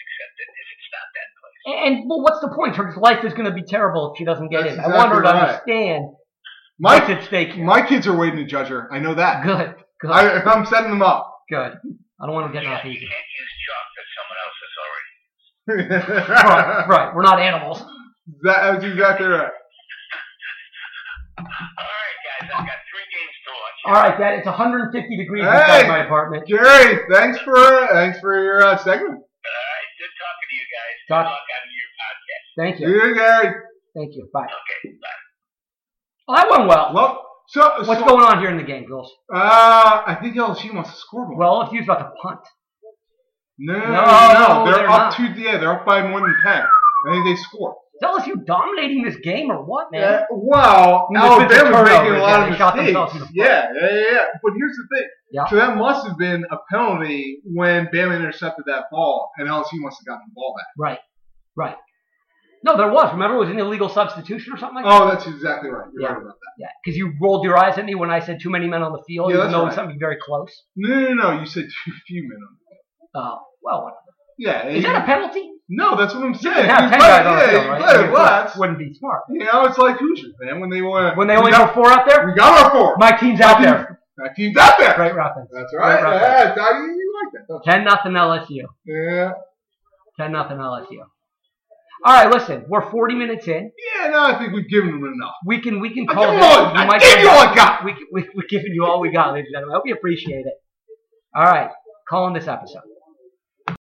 Speaker 3: accepted if it's not that place.
Speaker 1: And, and well what's the point? Her life is gonna be terrible if she doesn't get
Speaker 2: That's
Speaker 1: in. I want her to
Speaker 2: exactly right.
Speaker 1: understand what's
Speaker 2: My
Speaker 1: at stake. here.
Speaker 2: my kids are waiting to judge her. I know that.
Speaker 1: Good, good,
Speaker 2: I, I'm setting them up.
Speaker 1: good. I don't want to get
Speaker 3: Yeah,
Speaker 1: off
Speaker 3: you
Speaker 1: easy.
Speaker 3: can't use chalk that someone else has already.
Speaker 1: Right,
Speaker 2: that,
Speaker 1: right. We're not animals.
Speaker 2: that's exactly right.
Speaker 3: All right, guys. I've got three games to watch.
Speaker 1: All right, Dad. It's 150 degrees inside
Speaker 2: Hey.
Speaker 1: my apartment.
Speaker 2: Gary, thanks for thanks for your uh, segment.
Speaker 3: All right. Good talking to you guys.
Speaker 1: Talk-
Speaker 3: Good luck on your podcast.
Speaker 1: Thank
Speaker 2: See
Speaker 1: you.
Speaker 2: you, Gary.
Speaker 1: Thank you. Bye.
Speaker 3: Okay. Bye.
Speaker 1: Well, that went well.
Speaker 2: Love. So
Speaker 1: What's
Speaker 2: so,
Speaker 1: going on here in the game, girls?
Speaker 2: Uh, I think LSU wants to score more.
Speaker 1: Well, LSU's about to punt.
Speaker 2: no, no, no,
Speaker 1: no,
Speaker 2: They're,
Speaker 1: they're
Speaker 2: up
Speaker 1: not.
Speaker 2: two. Yeah, they're up by more than ten. I think they score.
Speaker 1: Is LSU dominating this game or what, man?
Speaker 2: Uh, wow,
Speaker 1: I mean, there's been some
Speaker 2: Alabama's making
Speaker 1: turnovers,
Speaker 2: a
Speaker 1: yeah,
Speaker 2: lot
Speaker 1: they
Speaker 2: of
Speaker 1: shot themselves
Speaker 2: mistakes.
Speaker 1: in the foot.
Speaker 2: Yeah, yeah, yeah, yeah. But here's the thing.
Speaker 1: Yeah.
Speaker 2: So that must have been a penalty when Bama intercepted that ball, and LSU must have gotten the ball back.
Speaker 1: Right, right. No, there was. Remember, it was an illegal substitution or something like that.
Speaker 2: Oh, that's exactly right. You're
Speaker 1: Yeah.
Speaker 2: right about that.
Speaker 1: Yeah, because you rolled your eyes at me when I said too many men on the field,
Speaker 2: Yeah,
Speaker 1: even
Speaker 2: that's
Speaker 1: though it was
Speaker 2: right.
Speaker 1: something very close.
Speaker 2: No, no, no. no, You said too few minutes.
Speaker 1: Uh, well, whatever.
Speaker 2: Yeah.
Speaker 1: is
Speaker 2: you-
Speaker 1: that a penalty?
Speaker 2: no, that's what I'm saying.
Speaker 1: You have
Speaker 2: You
Speaker 1: ten
Speaker 2: play-
Speaker 1: guys on the
Speaker 2: yeah,
Speaker 1: field,
Speaker 2: you
Speaker 1: right?
Speaker 2: play
Speaker 1: I mean,
Speaker 2: it
Speaker 1: of course,
Speaker 2: less.
Speaker 1: wouldn't be smart.
Speaker 2: You know, it's like Hoosiers, man. When they want
Speaker 1: When they only
Speaker 2: we got,
Speaker 1: have four out there,
Speaker 2: we got our four.
Speaker 1: my team's out there.
Speaker 2: That team's out there.
Speaker 1: Great Ruffins.
Speaker 2: That's right.
Speaker 1: Right, right,
Speaker 2: yeah, Dottie, you like that. don't
Speaker 1: Ten nothing LSU.
Speaker 2: you? Yeah.
Speaker 1: Ten nothing LSU. All right, listen. We're 40 minutes in.
Speaker 2: Yeah. No, I think we've given them enough.
Speaker 1: We can we can
Speaker 2: I
Speaker 1: call
Speaker 2: give you
Speaker 1: that.
Speaker 2: all-
Speaker 1: You
Speaker 2: I
Speaker 1: might
Speaker 2: give
Speaker 1: come
Speaker 2: you
Speaker 1: back.
Speaker 2: all I got.
Speaker 1: we, we, we're giving you all we got, ladies and gentlemen. I hope you appreciate it. All right, calling this episode.